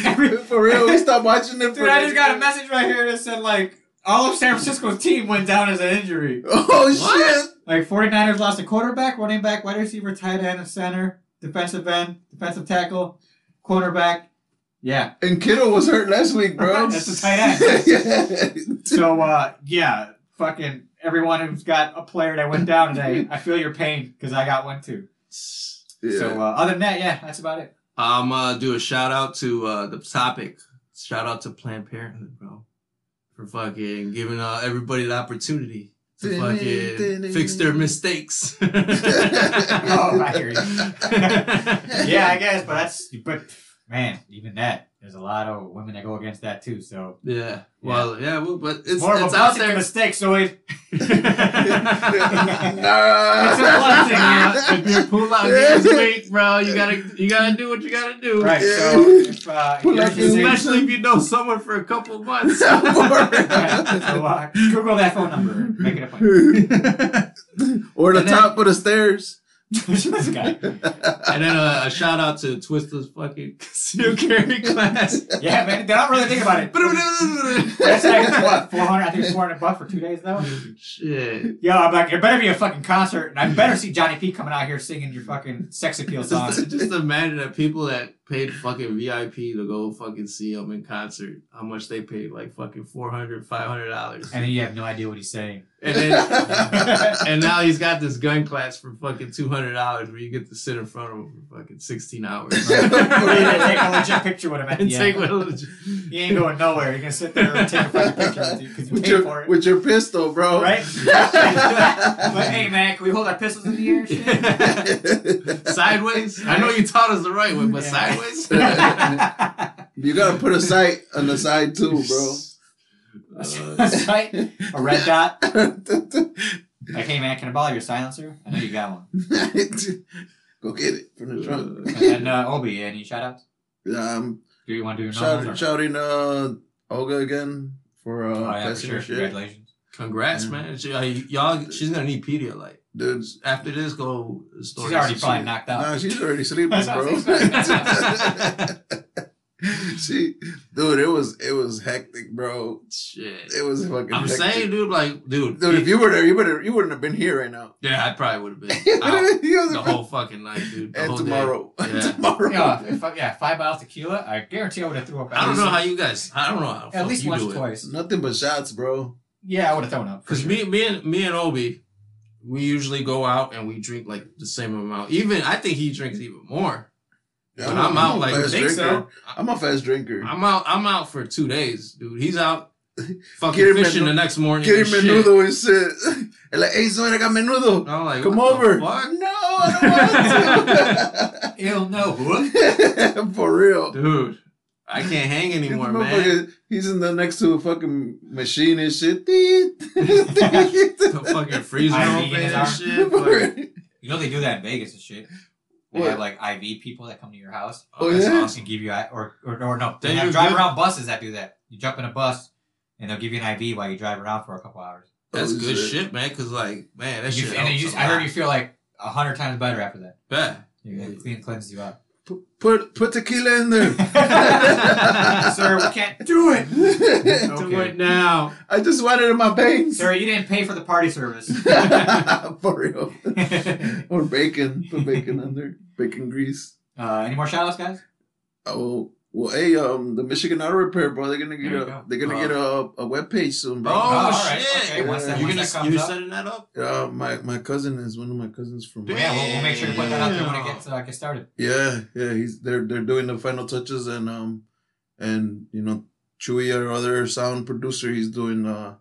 S1: Every-
S2: for real, we stopped watching them.
S1: Dude, I just got a message right here that said like all of San Francisco's team went down as an injury.
S2: Oh
S3: What?
S2: shit!
S1: Like 49ers lost a quarterback, running back, wide receiver, tight end, a center, defensive end, defensive tackle, cornerback. Yeah.
S2: And Kittle was hurt last week, bro.
S1: That's a tight end. So uh yeah, fucking everyone who's got a player that went down today, I feel your pain because I got one too.
S2: yeah.
S1: So uh, other than that, yeah, that's about it.
S3: I'm gonna do a shout out to uh, the topic. Shout out to Planned Parenthood, bro, for fucking giving uh, everybody the opportunity to fucking fix their mistakes.
S1: Oh, I hear you. Yeah, I guess, but that's but man, even that. There's a lot of women that go against that too, so
S3: Yeah. Well, yeah, well, but it's
S1: more of
S3: it's
S1: a
S3: out
S1: blessing
S3: there.
S1: than a mistake, so it
S2: nah.
S1: It's a blessing,
S3: Yeah, if you're pull out games week, bro, you gotta you gotta do what you gotta do.
S1: Right.
S2: Yeah.
S1: So if, uh, if
S2: Pull
S1: you're
S2: up your
S1: interested,
S3: Especially if you know someone for a couple of months.
S1: so, uh, Google that phone number. and Make it a point.
S2: or the
S3: And then-
S2: top of the stairs.
S1: this guy.
S3: and then uh, a shout out to Twister's fucking concealed carry class.
S1: Yeah, man. They don't really think about it. That's like what 400. I think it's 400 bucks for two days though.
S3: Shit.
S1: Yo, I'm like, there better be a fucking concert, and I better see Johnny P coming out here singing your fucking sex appeal song.
S3: Just, just imagine that people that paid fucking VIP to go fucking see him in concert, how much they paid, like fucking 400 $500.
S1: And then you have no idea what he's saying.
S3: And then, and now he's got this gun class for fucking two hundred dollars, where you get to sit in front of him for fucking sixteen hours.
S1: Or you gotta take a legit picture with him at the
S3: and
S1: end.
S3: take what legit.
S1: He ain't going nowhere. You're gonna sit there and take a fucking picture with you because you
S2: with,
S1: paid for
S2: your,
S1: it,
S2: with your pistol, bro.
S1: right? but hey, man, can we hold our pistols in the air? and Shit?
S3: sideways. I know you taught us the right way, but
S1: Yeah.
S3: sideways.
S2: you gotta put a sight on the side too, bro.
S3: Uh,
S1: Right? a red dot.
S2: Go
S1: Like, hey man, can I borrow your silencer? I know you got one.
S2: get it from the trunk.
S1: And then uh, Obi, any shout outs?
S2: Um,
S1: Do you want to do your
S2: shout,
S1: shout,
S2: shouting uh, Olga again for uh,
S1: Oh yeah, for
S2: passing
S1: sure.
S2: her shit.
S1: Congratulations.
S3: congrats, man. She, uh, y'all, she's gonna need Pedialyte
S2: Dude,
S3: after this. Go. to the store
S1: She's
S3: and
S1: already
S3: some
S1: probably
S3: shit.
S1: knocked
S2: nah,
S1: out.
S2: she's already sleeping,
S1: That's
S2: bro.
S1: what
S3: I
S2: she, dude, it was it was hectic, bro.
S3: Shit.
S2: It was fucking.
S3: I'm
S2: hectic.
S3: saying, dude, like, dude,
S2: Dude, if you were there, you better you wouldn't have been here right now.
S3: yeah, I probably would have
S2: You
S3: been out
S2: would've
S3: the
S2: been-
S3: whole fucking night, dude. The
S2: and
S3: whole day.
S2: tomorrow,
S3: Yeah.
S2: tomorrow.
S1: Yeah, if I- yeah, five bottles of tequila. I guarantee I would have threw up. at
S3: I don't
S1: least-
S3: know how you guys. I don't know how. the
S1: At
S3: fuck
S1: least
S3: you
S1: once
S3: do
S1: or
S3: it.
S1: twice.
S2: Nothing but shots, bro.
S1: Yeah, I would have thrown up. for
S3: Because
S1: sure.
S3: me, me, and me and Obi, we usually go out and we drink like the same amount. Even I think he drinks even more. But I'm,
S2: a-
S3: out
S2: a
S3: like
S2: fast
S3: think so.
S2: drinker. I'm a fast drinker.
S3: I'm out. I'm out for two days, dude. He's out
S2: Get
S3: fucking
S2: him
S3: fishing
S2: menu-
S3: the next morning.
S2: Get
S3: Get
S2: him menudo and shit. And like, hey, son, I got menudo.
S3: I'm like,
S2: Come
S3: what the
S2: over.
S3: fuck?
S2: No, I
S1: Ill no.
S2: don't want
S1: What?
S2: to. For real.
S3: dude. I can't hang
S2: This
S3: anymore, man.
S2: motherfucker, He's in the next to a fucking machine and shit. For
S3: The fucking freezer
S1: IV in
S3: open
S1: his
S3: and
S1: arm.
S3: shit. but-
S2: real.
S1: You know they do that in Vegas and shit. They
S2: What?
S1: have like IV people that come to your house
S2: Oh,
S3: that's
S2: yeah?
S3: awesome.
S1: and give you I- or or, or no. They
S3: Then
S1: have
S3: you're
S1: drive
S3: good.
S1: around buses that do that. You jump in a bus and they'll give you an IV while you drive around for a couple hours.
S3: That's
S2: Oh,
S3: good
S2: shit.
S3: shit, man. Cause like, man, that
S1: You-
S3: shit.
S1: and then you
S3: helps
S1: just,
S3: a
S1: I heard
S3: lot.
S1: you feel like a hundred times better after that.
S3: Yeah.
S1: You it clean, cleanses you up.
S2: P- put put tequila in there.
S1: Sir, we can't do it.
S4: Do it now.
S2: I just want it in my veins.
S1: Sir, you didn't pay for the party service. Uh,
S2: For real. or bacon. Put bacon on there. Bacon grease.
S1: uh, any more shout outs, guys?
S2: Oh well, hey, um, the Michigan Auto Repair, bro. They're gonna get
S1: There you
S2: a
S1: go.
S2: they're gonna get a a web page soon,
S3: Oh,
S2: bro.
S1: all right.
S3: shit.
S1: Okay,
S2: once that-
S3: you're
S1: once that
S3: gonna
S1: comes
S3: you're
S1: up.
S3: setting that up.
S2: Uh, my my cousin is one of my cousins from.
S3: Damn.
S1: Yeah, we'll, we'll make sure to put that out there when it
S3: Yeah.
S1: gets uh, gets started.
S2: Yeah, yeah. He's they're they're doing the final touches and um and you know Chewy our other sound producer he's doing uh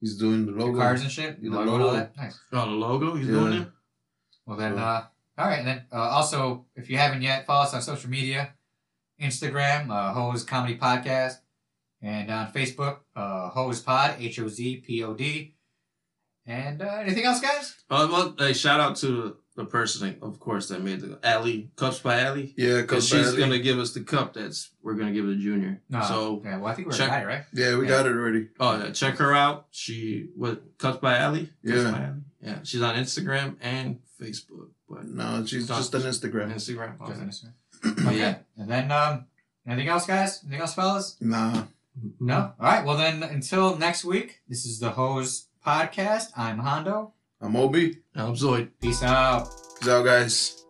S2: he's doing the
S1: The
S2: logo.
S1: cars and shit.
S2: The
S1: Logo and all
S2: logo.
S1: that. Nice.
S3: Oh, the logo. He's
S2: Yeah.
S3: doing it.
S1: Well then,
S2: So-
S1: uh, all right. And then uh, also, if you haven't yet, follow us on social media: Instagram, uh, Hose Comedy Podcast, and on Facebook, uh, Hose Pod, H O Z P O D. And uh, anything else, guys?
S3: Oh, well, hey, shout out to the person, of course, that made the alley cups by alley.
S2: yeah,
S3: Because
S2: Coach
S3: she's
S2: Bradley.
S3: gonna give us the cup that's we're gonna give the junior. So
S1: Uh, yeah, well, I think we're
S3: check-
S1: at it, right?
S2: yeah, we
S1: Yeah.
S2: got it already.
S3: oh yeah, check her out. She what cups by alley. Cups
S2: Yeah.
S3: by Alley? Yeah. She's on Instagram and Facebook, but
S2: No, she's
S3: Done.
S2: just on Instagram.
S3: Instagram.
S1: Just
S3: Okay.
S1: understand. Okay.
S3: Yeah.
S1: And then, um, anything else, guys? Anything else, fellas?
S2: Nah,
S1: No. All right. Well, then, until next week, this is the Hose Podcast. I'm Hondo.
S2: I'm Obi.
S3: I'm Zoid.
S1: Peace out.
S2: Peace out, guys.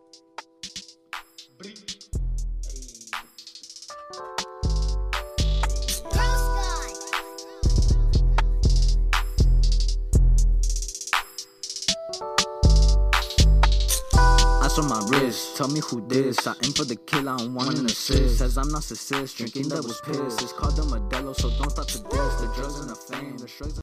S5: Eyes on my wrist, tell me who this. I aim for the kill, I don't want an assist. Says I'm narcissist, drinking that was piss. It's called the Modelo, so don't talk to this. The drugs and the fame, the shrugs. and-